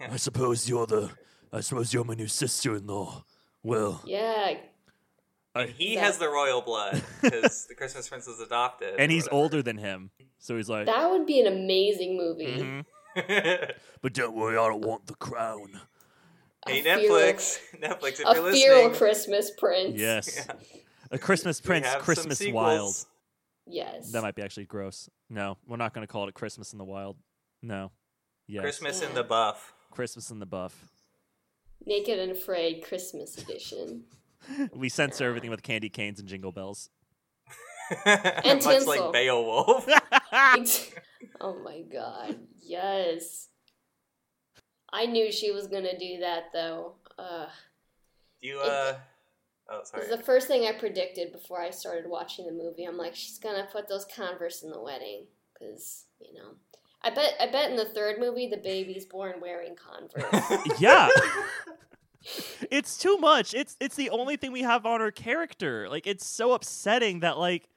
I suppose you're the I suppose you're my new sister in law. Well Yeah, And he Yeah. has the royal blood because the Christmas Prince is adopted. And he's or older than him. So he's like that would be an amazing movie. "Mhm. whatever. But don't worry, I don't want the crown. A hey, feral- Netflix, Netflix, if you're a feral listening, Christmas Prince. Yes. Yeah. A Christmas we Prince, have some Christmas sequels. Wild. Yes. That might be actually gross. No, we're not going to call it Christmas in the Wild. No. Yes. Christmas in the Buff. Christmas in the Buff. Naked and Afraid Christmas Edition. We censor everything with candy canes and jingle bells. Much tinsel. like Beowulf. Ah. It's- oh my god. Yes. I knew she was gonna do that though. Uh, You uh oh it sorry. was the first thing I predicted before I started watching the movie. I'm like, she's gonna put those Converse in the wedding because you know. I bet. I bet in the third movie the baby's born wearing Converse. yeah. it's too much. It's it's the only thing we have on her character. Like it's so upsetting that like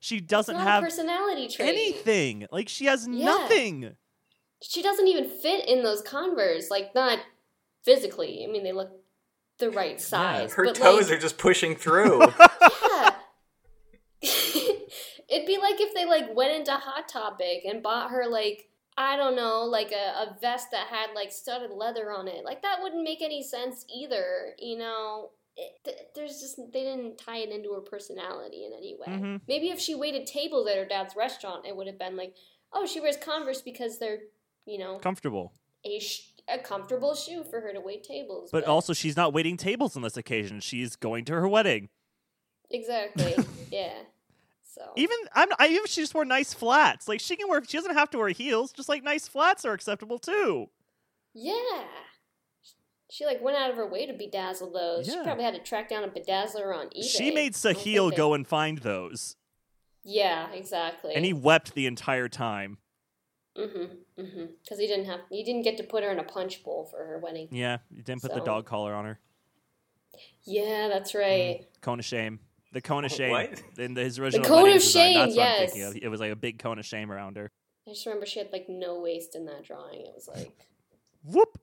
she it's doesn't not a have personality trait. anything. Like she has Yeah. nothing. She doesn't even fit in those Converse. Like not physically. I mean, they look the right size. Her but like, toes are just pushing through. yeah. It'd be like if they like went into Hot Topic and bought her like I don't know, like a, a vest that had like studded leather on it. Like that wouldn't make any sense either, you know. It, th- there's just they didn't tie it into her personality in any way. Mm-hmm. Mhm. Maybe if she waited tables at her dad's restaurant, it would have been like, oh, she wears Converse because they're you know Comfortable. a sh- a comfortable shoe for her to wait tables. But also she's not waiting tables on this occasion. She's going to her wedding. exactly, yeah. So Even I'm I even if she just wore nice flats. Like she can wear she doesn't have to wear heels, just like nice flats are acceptable too. Yeah. She like went out of her way to bedazzle those. She Yeah. probably had to track down a bedazzler on eBay. She made I don't think Sahil they- go and find those. Yeah, exactly. And he wept the entire time. Mhm. Mhm. Cuz he didn't have he didn't get to put her in a punch bowl for her wedding. Yeah, you didn't put the So- dog collar on her. Yeah, that's right. Cone of shame. The cone of shame. What? In the, his original cone wedding of design, shame, That's what I'm thinking yes. of. It was like a big cone of shame around her. I just remember she had like no waist in that drawing. It was like Whoop.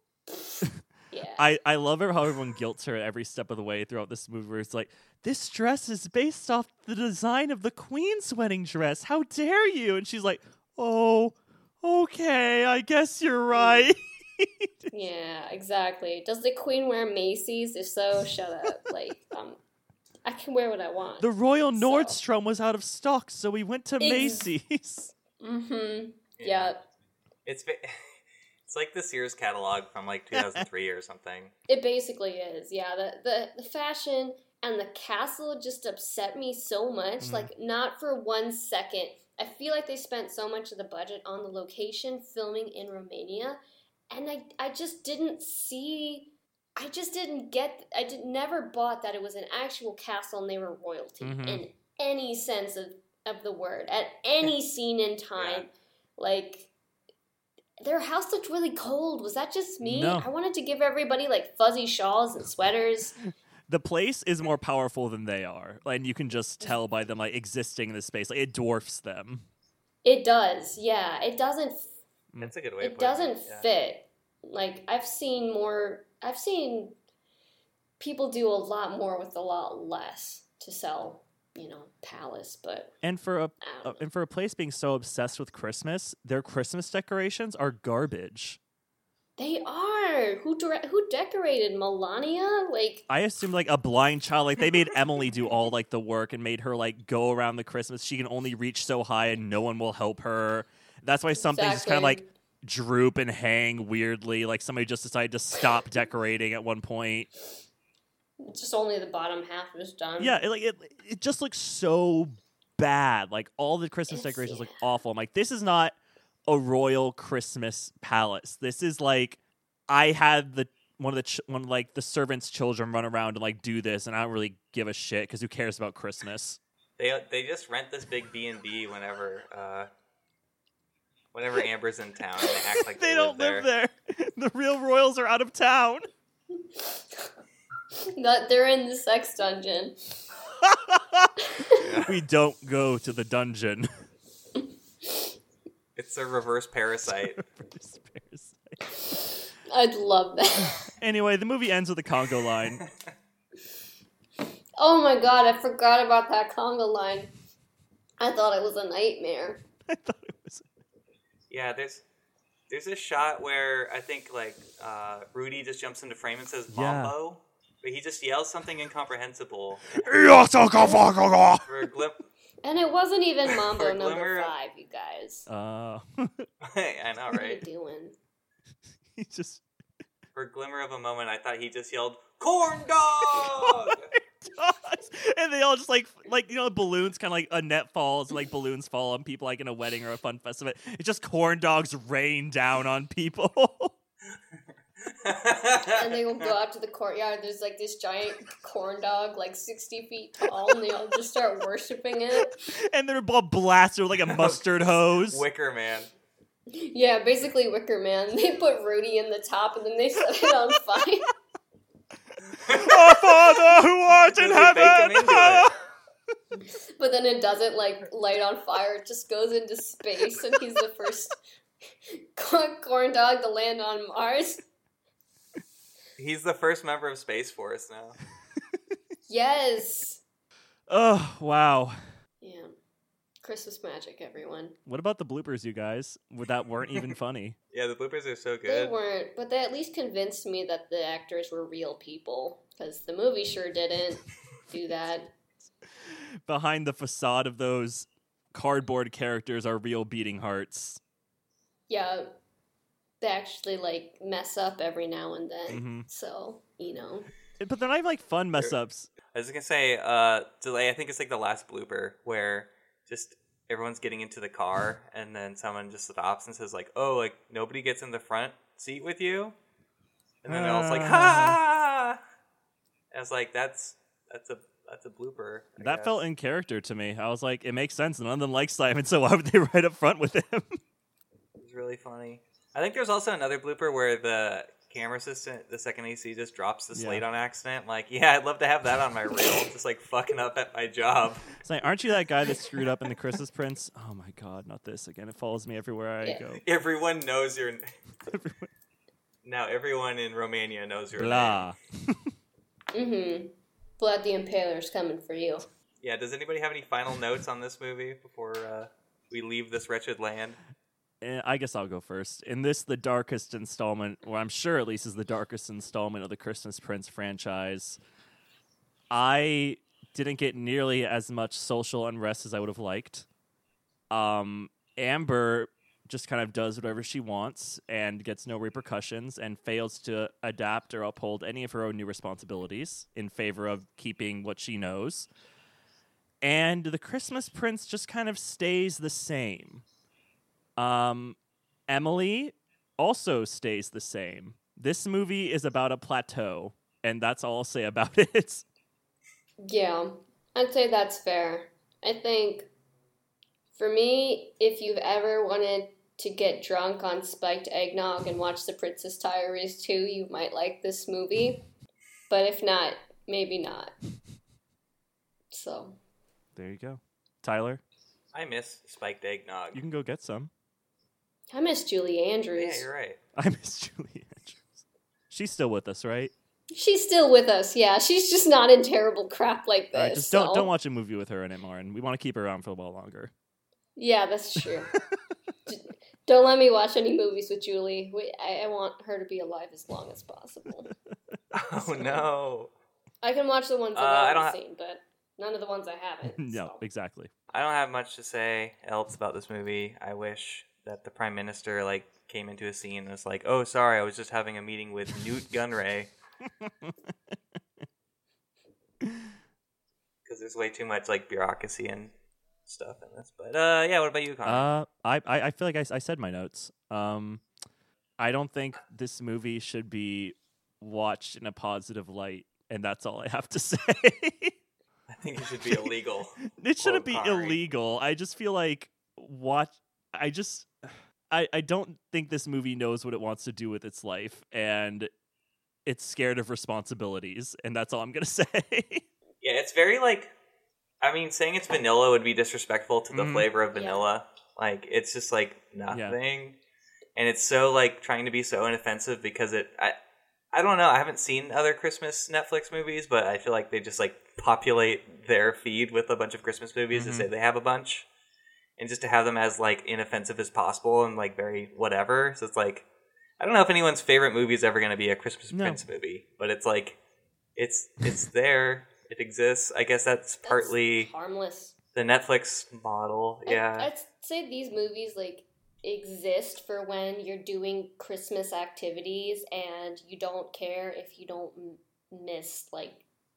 yeah. I, I love her how everyone guilts her every step of the way throughout this movie where it's like, this dress is based off the design of the Queen's wedding dress. How dare you? And she's like, oh, okay, I guess you're right. yeah, exactly. Does the queen wear Macy's? If so, shut up. like um I can wear what I want. The Royal So- Nordstrom was out of stock, so we went to Ex- Macy's. mhm. Yeah. It's ba- it's like the Sears catalog from like 2003 or something. It basically is, yeah. The the, the fashion and the castle just upset me so much. Mhm. Like not for one second. I feel like they spent so much of the budget on the location filming in Romania and I I just didn't see I just didn't get I did never bought that it was an actual castle and they were royalty Mhm. in any sense of, of the word at any scene in time. Like their house looked really cold. Was that just me? No. I wanted to give everybody like fuzzy shawls and sweaters. The place is more powerful than they are, and you can just tell by them like existing in this space. Like it dwarfs them. It does, yeah. It doesn't. Hmm. That's a good way. of It putting doesn't yeah. fit. Like I've seen more. I've seen people do a lot more with a lot less to sell. You know, palace, but And for a I uh, don't know. and for a place being so obsessed with Christmas, their Christmas decorations are garbage. they are. Who dire- Who decorated Melania? Like, I assume like a blind child, like they made Emily do all like the work and made her like go around the Christmas. She can only reach so high, and no one will help her. That's why some things just kind of Exactly. like droop and hang weirdly. Like somebody just decided to stop decorating at one point. just only the bottom half was done. Yeah, it, like it, it just looks so bad. Like all the Christmas It's- decorations look yeah. awful. I'm like, this is not a royal Christmas palace. This is like I had the one of the ch- one of, like the servants' children run around and like do this, and I don't really give a shit because who cares about Christmas? They they just rent this big B and B whenever uh, whenever Amber's in town, they act like they don't there. live there. The real royals are out of town. That they're in the sex dungeon. Yeah. we don't go to the dungeon. It's a reverse parasite. I'd love that. anyway, the movie ends with a Congo line. Oh my god, I forgot about that conga line. I thought it was a nightmare. I thought it was Yeah, there's there's a shot where I think like uh, Rudy just jumps into frame and says Yeah. "Mambo," but he just yells something incomprehensible uh, for a glim- And it wasn't even Mambo For number Glimmer- five, you guys. Oh, Uh, I know, What are you right? doing? he just For a glimmer of a moment, I thought he just yelled "Corn dog!" and they all just like like you know balloons kind of like a net falls like balloons fall on people like in a wedding or a fun festival. It's just corn dogs rain down on people. And they will go out to the courtyard. There's like this giant corn dog, like 60 feet tall, and they all just start worshiping it. and they're all blasted with like a mustard hose. Wicker man. Yeah, basically Wicker Man. They put Rudy in the top and then they set it on fire. Our Father who art in Really bake 'em heaven. into it. But then it doesn't like light on fire, it just goes into space, and he's the first corn corn dog to land on Mars. He's the first member of Space Force now. Yes. Oh wow! Yeah. Christmas magic, everyone. What about the bloopers, you guys? Would- That weren't even funny. Yeah, the bloopers are so They good. weren't, but they at least convinced me that the actors were real people, because the movie sure didn't do that. Behind the facade of those cardboard characters are real beating hearts. Yeah, they actually like mess up every now and then. hmm So you know, But they're not even like fun mess ups. I was gonna say, uh, delay. I think it's like the last blooper where just everyone's getting into the car, and then someone just stops and says like, "Oh, like nobody gets in the front seat with you," and then I was like, Ah. "Ha!" I was like, "That's that's a that's a blooper." I That guess. felt in character to me. I was like, it makes sense. None of them like Simon, so why would they right up front with him? it was really funny. I think there's also another blooper where the camera assistant, the second AC, just drops the Yeah. slate on accident. Like, yeah, I'd love to have that on my reel, just like fucking up at my job. It's like, aren't you that guy that screwed up in the Christmas Prince? Oh my god, not this again! It follows me everywhere I Yeah. go. Everyone knows your. Now everyone in Romania knows your name. Blah. mm-hmm. Blood the Impaler's coming for you. Yeah, does anybody have any final notes on this movie before uh, we leave this wretched land? Eh, I guess I'll go first. In this, the darkest installment, or I'm sure at least is the darkest installment of the Christmas Prince franchise, I didn't get nearly as much social unrest as I would have liked. Um, Amber just kind of does whatever she wants and gets no repercussions and fails to adapt or uphold any of her own new responsibilities in favor of keeping what she knows. And the Christmas Prince just kind of stays the same. Um, Emily also stays the same. This movie is about a plateau, and that's all I'll say about it. Yeah, I'd say that's fair. I think for me, if you've ever wanted to get drunk on spiked eggnog and watch The Princess Diaries 2, you might like this movie. But if not, maybe not. So, There you go. Tyler, I miss spiked eggnog. you can go get some. I miss Julie Andrews. Yeah, you're right. I miss Julie Andrews. She's still with us, right? She's still with us, yeah. She's just not in terrible crap like this. All right, just don't so- don't watch a movie with her in it, Marin. We want to keep her around for a while longer. Yeah, that's true. D- don't let me watch any movies with Julie. We, I, I want her to be alive as long as possible. Oh no, I can watch the ones that Uh, I I've don't not ha- seen, but none of the ones I haven't. no, so. exactly. I don't have much to say else about this movie. I wish that the prime minister like came into a scene and was like, "Oh, sorry, I was just having a meeting with Newt Gunray." Because there's way too much like bureaucracy and stuff in this. But uh, yeah, what about you, Connor? Uh, I, I I feel like I, s- I said my notes. Um, I don't think this movie should be watched in a positive light, and that's all I have to say. I think it should be illegal. it shouldn't be Polkari. illegal. I just feel like watch. I just. I- I, I don't think this movie knows what it wants to do with its life, and it's scared of responsibilities, and that's all I'm gonna say. Yeah, it's very like. I mean, saying it's vanilla would be disrespectful to the Mhm. flavor of Yeah. vanilla. Like it's just like nothing, and it's so like trying to be so inoffensive because it. I, I don't know. I haven't seen other Christmas Netflix movies, but I feel like they just like populate their feed with a bunch of Christmas movies Mhm. to say they have a bunch, and just to have them as like inoffensive as possible and like very whatever. So it's like I don't know if anyone's favorite movie is ever going to be a Christmas No. Prince movie, but it's like it's it's there. It exists. I guess that's partly harmless. the Netflix model. I- Yeah. I'd, say these movies like exist for when you're doing Christmas activities and you don't care if you don't m- miss like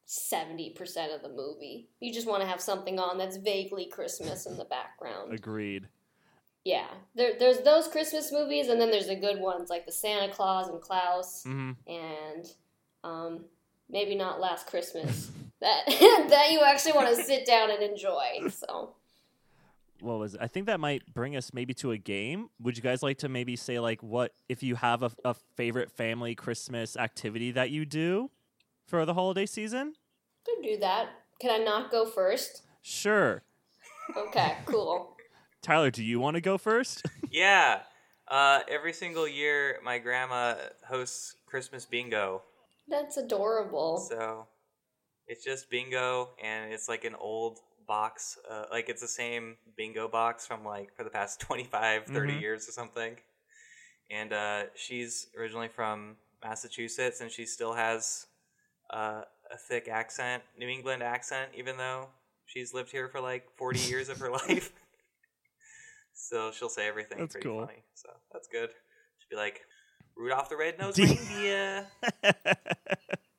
70% of the movie. You just want to have something on that's vaguely Christmas in the background. Agreed. Yeah. There, there's those Christmas movies and then there's the good ones like the Santa Claus and Klaus Mm-hmm. hmm and um, maybe not Last Christmas. that that you actually want to sit down and enjoy. So What was it? I think that might bring us maybe to a game. Would you guys like to maybe say like what if you have a, a favorite family Christmas activity that you do for the holiday season? Could do that. Can I not go first? Sure. Okay, cool. Tyler, do you want to go first? yeah. Uh, every single year, my grandma hosts Christmas bingo. That's adorable. So it's just bingo, and it's like an old box. Uh, like it's the same bingo box from like for the past 25, 30 Mhm. years or something. And uh, she's originally from Massachusetts, and she still has uh, a thick accent, New England accent, even though she's lived here for like 40 years of her life. So she'll say everything That's pretty cool. funny. So that's good. She'll be like, Rudolph the Red-Nosed Do you- Reindeer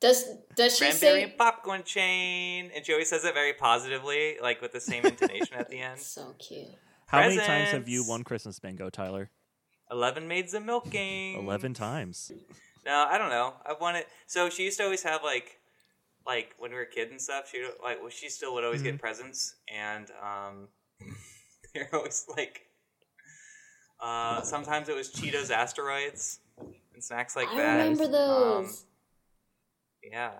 Does does she cranberry say and popcorn chain. And she always says it very positively, like with the same intonation at the end. so cute? How many times have you Presents. won Christmas bingo, Tyler? Eleven maids a milking. Eleven tives. No, I don't know. I want it. So she used to always have like, like when we were kids and stuff. She would- like well, she still would always get presents, and um, they're always like. Uh, sometimes it was Cheetos asteroids and snacks like I that. remember Um, those. Yeah.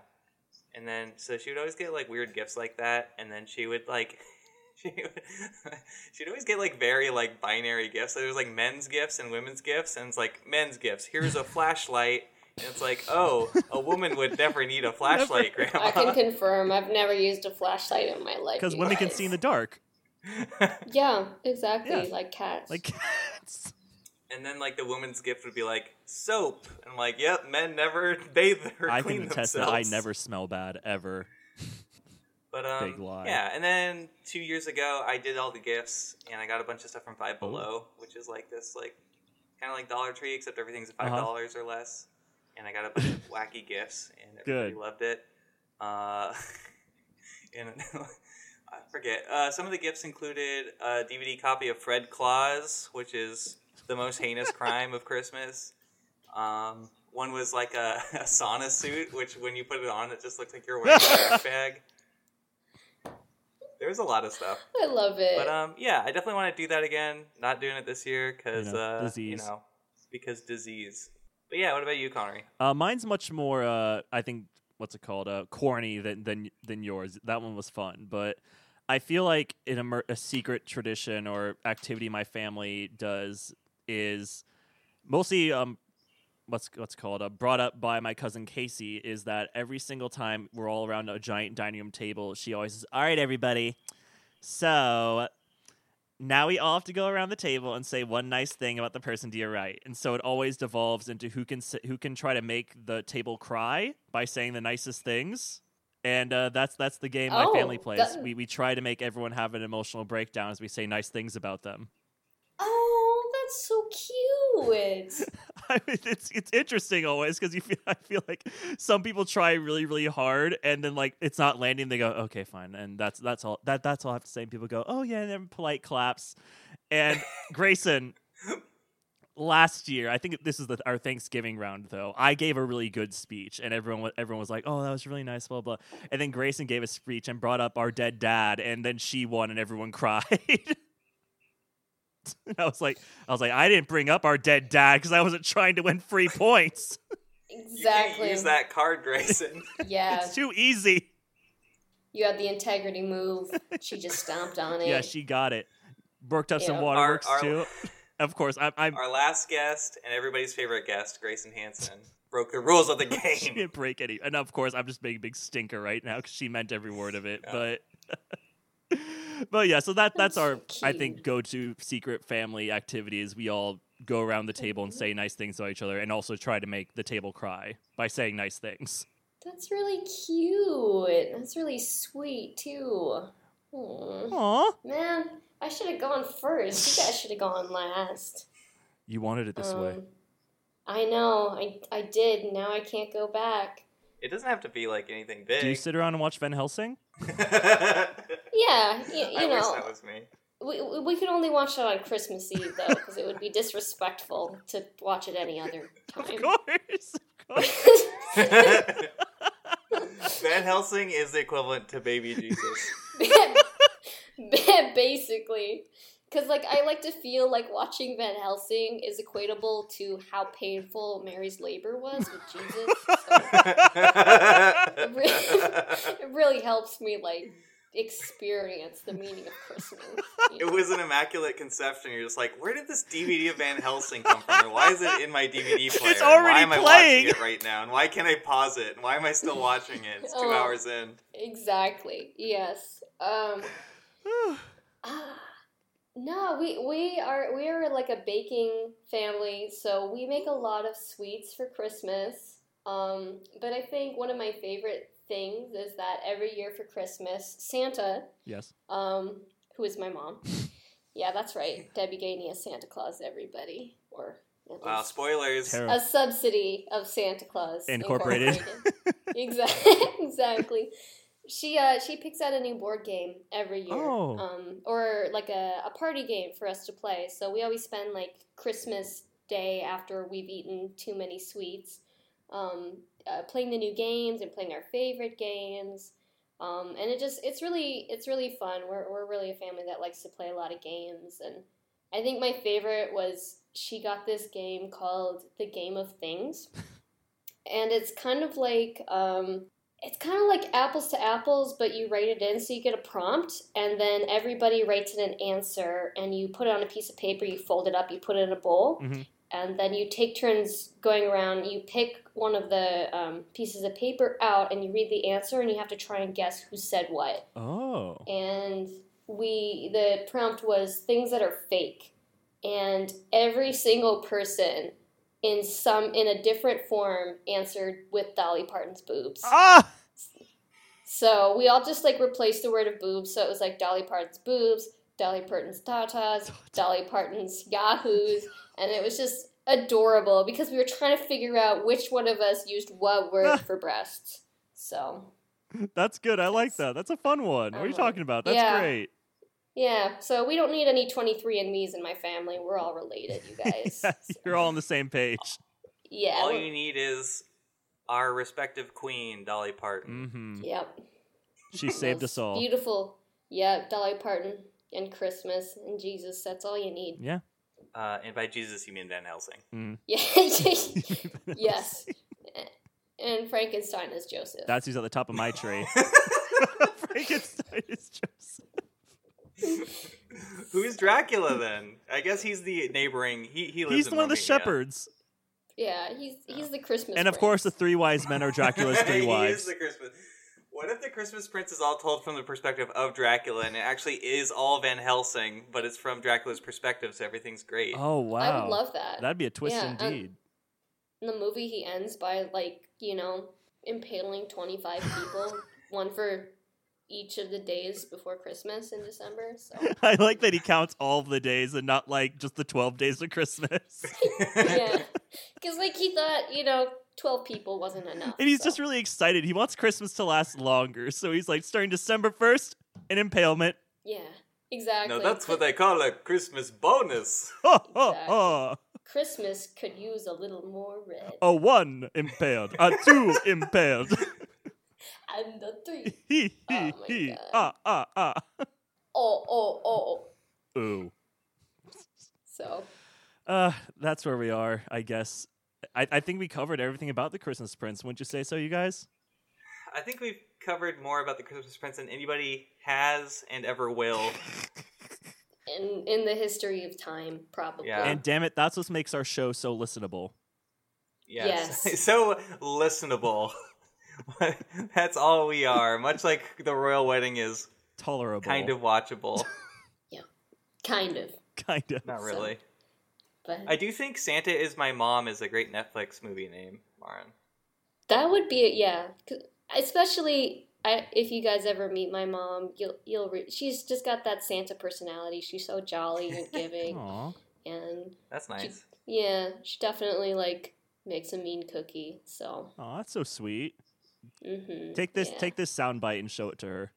And then so she would always get like weird gifts like that, and then she would like she would, she'd always get like very like binary gifts. So there was like men's gifts and women's gifts, and it's like men's gifts. Here's a flashlight, and it's like oh, a woman would never need a flashlight, I can Grandma. confirm. I've never used a flashlight in my life. Because you women can guys. see in the dark. Yeah, exactly. Yeah. Like cats. Like cats. and then like the woman's gift would be like soap, and I'm like yep, men never bathe or I clean can attest themselves. that I never smell bad ever. But um, Big lie. yeah, and then two years ago, I did all the gifts, and I got a bunch of stuff from Five Below, which is like this, like kind of like Dollar Tree, except everything's at five Uh-huh. dollars or less. And I got a bunch of wacky gifts, and everybody Good. loved it. Uh, and I forget. Uh, some of the gifts included a DVD copy of Fred Claus, which is the most heinous crime of Christmas. Um, one was like a, a sauna suit, which when you put it on, it just looks like you're wearing a trash bag. There was a lot of stuff, I love it. but um, yeah, I definitely want to do that again. Not doing it this year because You know, uh, you disease. know, because disease. But yeah, what about you, Connery? Uh, mine's much more. Uh, I think what's it called? Uh, corny than than than yours. That one was fun, but I feel like an immer- a secret tradition or activity my family does is mostly um what's what's called uh, brought up by my cousin Casey is that every single time we're all around a giant dining room table, she always says, "All right, everybody, so." Now we all have to go around the table and say one nice thing about the person to your right, and so it always devolves into who can s- who can try to make the table cry by saying the nicest things, and uh, that's that's the game my Oh, family plays. that- We we try to make everyone have an emotional breakdown as we say nice things about them. oh, that's so cute. I mean, it's it's interesting always because you feel I feel like some people try really really hard and then like it's not landing. They go okay fine and that's that's all that that's all I have to say. And people go oh yeah and then polite claps. And Grayson, last year I think this is the, our Thanksgiving round though. I gave a really good speech and everyone wa- everyone was like oh that was really nice blah blah. And then Grayson gave a speech and brought up our dead dad and then she won and everyone cried. And I was like, I was like, I didn't bring up our dead dad because I wasn't trying to win free points. You Exactly. can't use that card, Grayson. Yeah. It's too easy. You had the integrity move. She just stomped on it. Yeah, she got it. Worked up some Ew. waterworks Our- our- too. Of course, I'm. I'm Our last guest and everybody's favorite guest, Grayson Hansen, broke the rules of the she game. didn't break any, and of course, I'm just making a big stinker right now because she meant every word of it. Yeah. But, but yeah, so that that's That's our so I cute. think go-to secret family activity is we all go around the table Mm-hmm. and say nice things to each other, and also try to make the table cry by saying nice things. That's really cute. That's really sweet too. Aw. Aw, Man, I should have gone first. You guys should have gone last. you wanted it this way. Um, I know. I I did. Now I can't go back. It doesn't have to be like anything Do you big. sit around and watch Van Helsing? Yeah, y- you, I wish that know, was me. we, we we could only watch it on Christmas Eve though, because it would be disrespectful to watch it any other Of time. course, of course. Van Helsing is the equivalent to baby Jesus. Basically, because like I like to feel like watching Van Helsing is equatable to how painful Mary's labor was with Jesus. So it really helps me like experience the meaning of Christmas. you it know? was an immaculate conception. You're just like, where did this DVD of Van Helsing come from? And why is it in my DVD player? It's And already why am playing. I watching it right now? And why can't I pause it? And why am I still watching it? It's two Oh. hours in. Exactly. Yes. Um. ah, no, we we are we are like a baking family, so we make a lot of sweets for Christmas. Um, but I think one of my favorite things is that every year for Christmas, Santa, yes. um, who is my mom, yeah, that's right, Debbie Gainey is Santa Claus, everybody, or at Wow, least spoilers. Terrible. a subsidy of Santa Claus Incorporated. exactly. exactly. She uh she picks out a new board game every year. Oh. Um or like a, a party game for us to play. So we always spend like Christmas day after we've eaten too many sweets um uh, playing the new games and playing our favorite games. Um, and it just it's really it's really fun. We're we're really a family that likes to play a lot of games and I think my favorite was she got this game called The Game of Things. And it's kind of like um it's kind of like apples to apples, but you write it in so you get a prompt and then everybody writes in an answer and you put it on a piece of paper, you fold it up, you put it in a bowl. Mhm. And then you take turns going around. You pick one of the um, pieces of paper out, and you read the answer, and you have to try and guess who said what Oh, and we the prompt was things that are fake and every single person in some in a different form answered with dolly parton's boobs ah, so we all just like replaced the word of boobs so it was like dolly parton's boobs dolly parton's tatas dolly parton's yahoos and it was just adorable because we were trying to figure out which one of us used what word for breasts so that's good. I like that. That's a fun one. What are you Oh. talking about? That's Yeah. great. Yeah, so we don't need any 23andMe's in my family. We're all related, you guys. Yeah, you're all on the same page. yeah. All we're- you need is our respective queen, Dolly Parton. hmm Yep. She saved us Those all. Beautiful. Yeah, Dolly Parton and Christmas and Jesus. That's all you need. Yeah. Uh, and by Jesus, you mean Van Helsing. Yeah. Mm. yes. And Frankenstein is Joseph. That's who's at the top of my tree. Frankenstein is Joseph. Who's Dracula then? I guess he's the neighboring. He he lives He's in the one of the Romania. shepherds. yeah, he's he's the Christmas. And of prince. course, the three wise men are Dracula's three He wives. is the Christmas. What if the Christmas Prince is all told from the perspective of Dracula, and it actually is all Van Helsing, but it's from Dracula's perspective, so everything's great. Oh, wow. I would love that. That'd be a twist Yeah, um, indeed. In the movie, he ends by like you know impaling twenty five people, one for each of the days before Christmas in December. So I like that he counts all of the days and not like just the 12 days of Christmas. yeah, because like he thought, you know, twelve people wasn't enough. and he's so. just really excited. He wants Christmas to last longer. So he's like, starting December 1st, an impalement. yeah, exactly. No, that's what they call a Christmas bonus. Ho, ho, Exactly. ho. Christmas could use a little more red. A one impaled, a two impaled. And the three. He, he, Oh my he, God. ah, ah, ah. Oh, oh, oh, Ooh. So Uh, that's where we are, I guess. I, I think we covered everything about the Christmas Prince. Wouldn't you say so, you guys? I think we've covered more about the Christmas Prince than anybody has and ever will. in in the history of time, probably. Yeah. And damn it, that's what makes our show so listenable. Yes. Yes. so listenable. That's all we are. Much like the royal wedding is Tolerable. kind of watchable. kind of. Kind of. Not really. But I do think Santa is my mom is a great Netflix movie name, Marin. that would be it. Yeah, 'Cause- especially I, if you guys ever meet my mom, you'll you'll re- she's just got that Santa personality. She's so jolly and giving, Aw. and That's nice. yeah, she definitely like makes a mean cookie. So Aw, that's so sweet. hmm Take this take this soundbite and show it to her.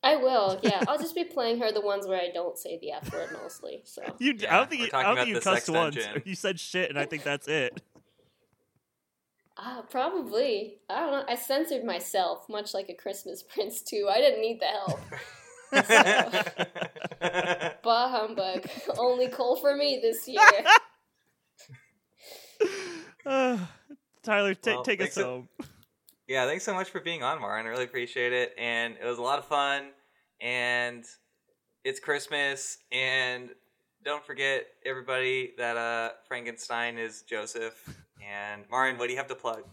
I will. Yeah, I'll just be playing her the ones where I don't say the F word mostly. So You I Yeah, don't think we're you, I talking don't about think you the cussed sex once. dungeon. You said shit and I think that's it. ah, probably I don't know. I censored myself much like a Christmas Prince too. I didn't need the help. Bah humbug! Only coal for me this year. Uh, Tyler, ta- Well, take us thanks a- home. yeah, thanks so much for being on, Marin. I really appreciate it. And it was a lot of fun. And it's Christmas. And don't forget, everybody, that uh, Frankenstein is Joseph. And Marin, what do you have to plug?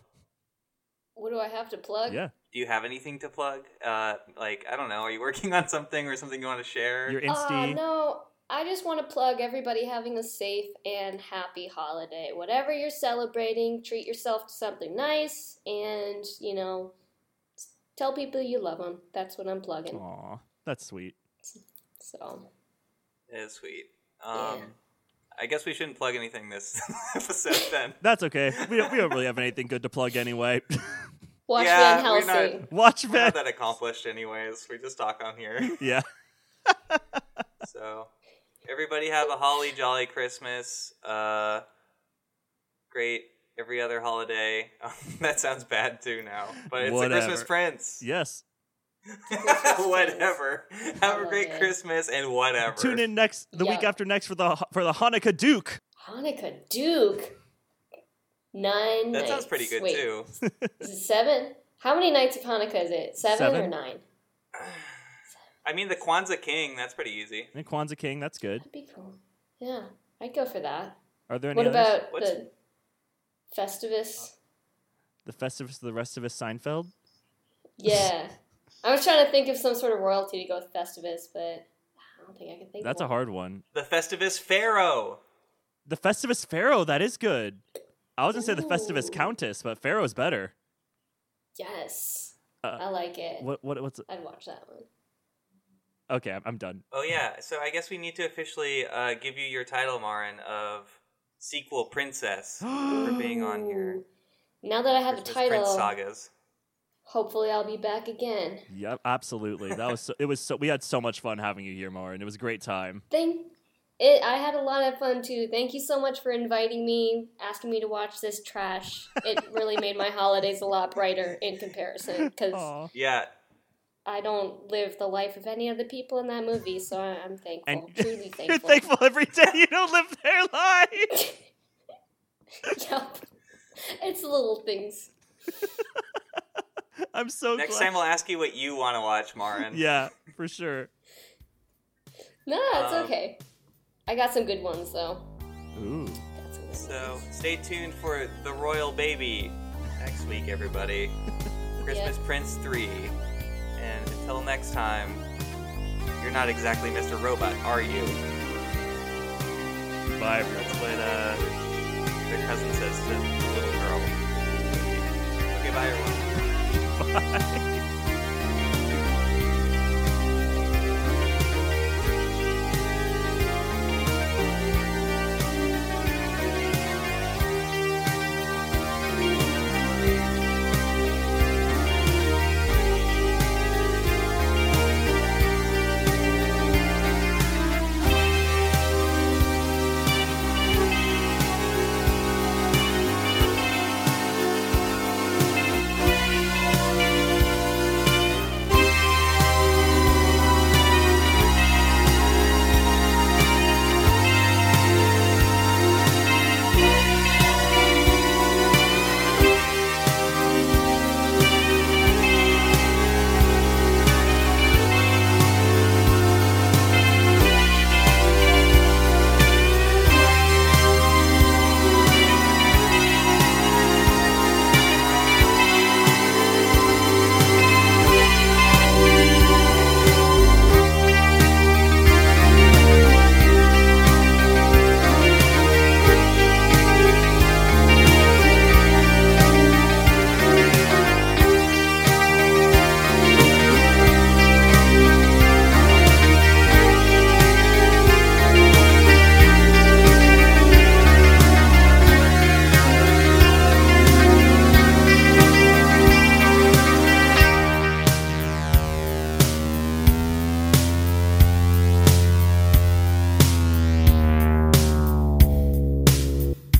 What do I have to plug? Yeah, Do you have anything to plug? Uh, like, I don't know, are you working on something or something you want to share? your Uh, Insti. no, I just want to plug everybody having a safe and happy holiday. Whatever you're celebrating, treat yourself to something nice and, you know, s- tell people you love them. That's what I'm plugging. Aw, that's sweet. So, It is sweet. Um, Yeah. I guess we shouldn't plug anything this episode then. That's okay. We don't, we don't really have anything good to plug anyway. watch Yeah, Van we're not- Helsing. Watch We're not that. that accomplished, anyways. We just talk on here. Yeah. So, everybody have a holly jolly Christmas. Uh, great every other holiday. that sounds bad too now, but it's a Christmas Whatever. Prince. Yes. Christmas whatever. Have a love great it. Christmas and whatever. Tune in next the week Yeah. after next for the for the Hanukkah Duke. Hanukkah Duke. Nine. That sounds nights. pretty good Wait, too. Is it seven? How many nights of Hanukkah is it? Seven, or Seven. nine? I mean, the Kwanzaa King. That's pretty easy. And Kwanzaa King. That's good. That'd be cool. Yeah, I'd go for that. Are there any What others? about What's- the Festivus? the Festivus, the rest of us Seinfeld. Yeah. I was trying to think of some sort of royalty to go with Festivus, but I don't think I can think That's a of hard one. The Festivus Pharaoh. The Festivus Pharaoh. That is good. I was gonna say the Ooh. Festivus Countess, but Pharaoh's better. one. Yes. Uh, I like it. What what what's I'd watch that one. okay? I'm, I'm done. Oh yeah. So I guess we need to officially uh, give you your title, Marin, of sequel princess for being on here. Ooh. Now that I have Christmas a Prince title, sagas. hopefully I'll be back again. Yep, absolutely. That was so, it was so we had so much fun having you here, Marin. It was a great time. Thank it I had a lot of fun too. Thank you so much for inviting me, asking me to watch this trash. It really made my holidays a lot brighter in comparison cuz Aw. Yeah. I don't live the life of any of the people in that movie, so I- I'm thankful. And truly you're thankful. thankful every day you don't live their life. Yup. It's the little things. I'm so Next glad. time we'll ask you what you want to watch, Marin. yeah, for sure. No, it's Um, okay. I got some good ones though. Ooh. Got some good So stay tuned for the Royal Baby next week, everybody. Christmas Prince 3. And until next time, you're not exactly Mr. Robot, are you? Bye, everyone. That's what uh, the cousin says to little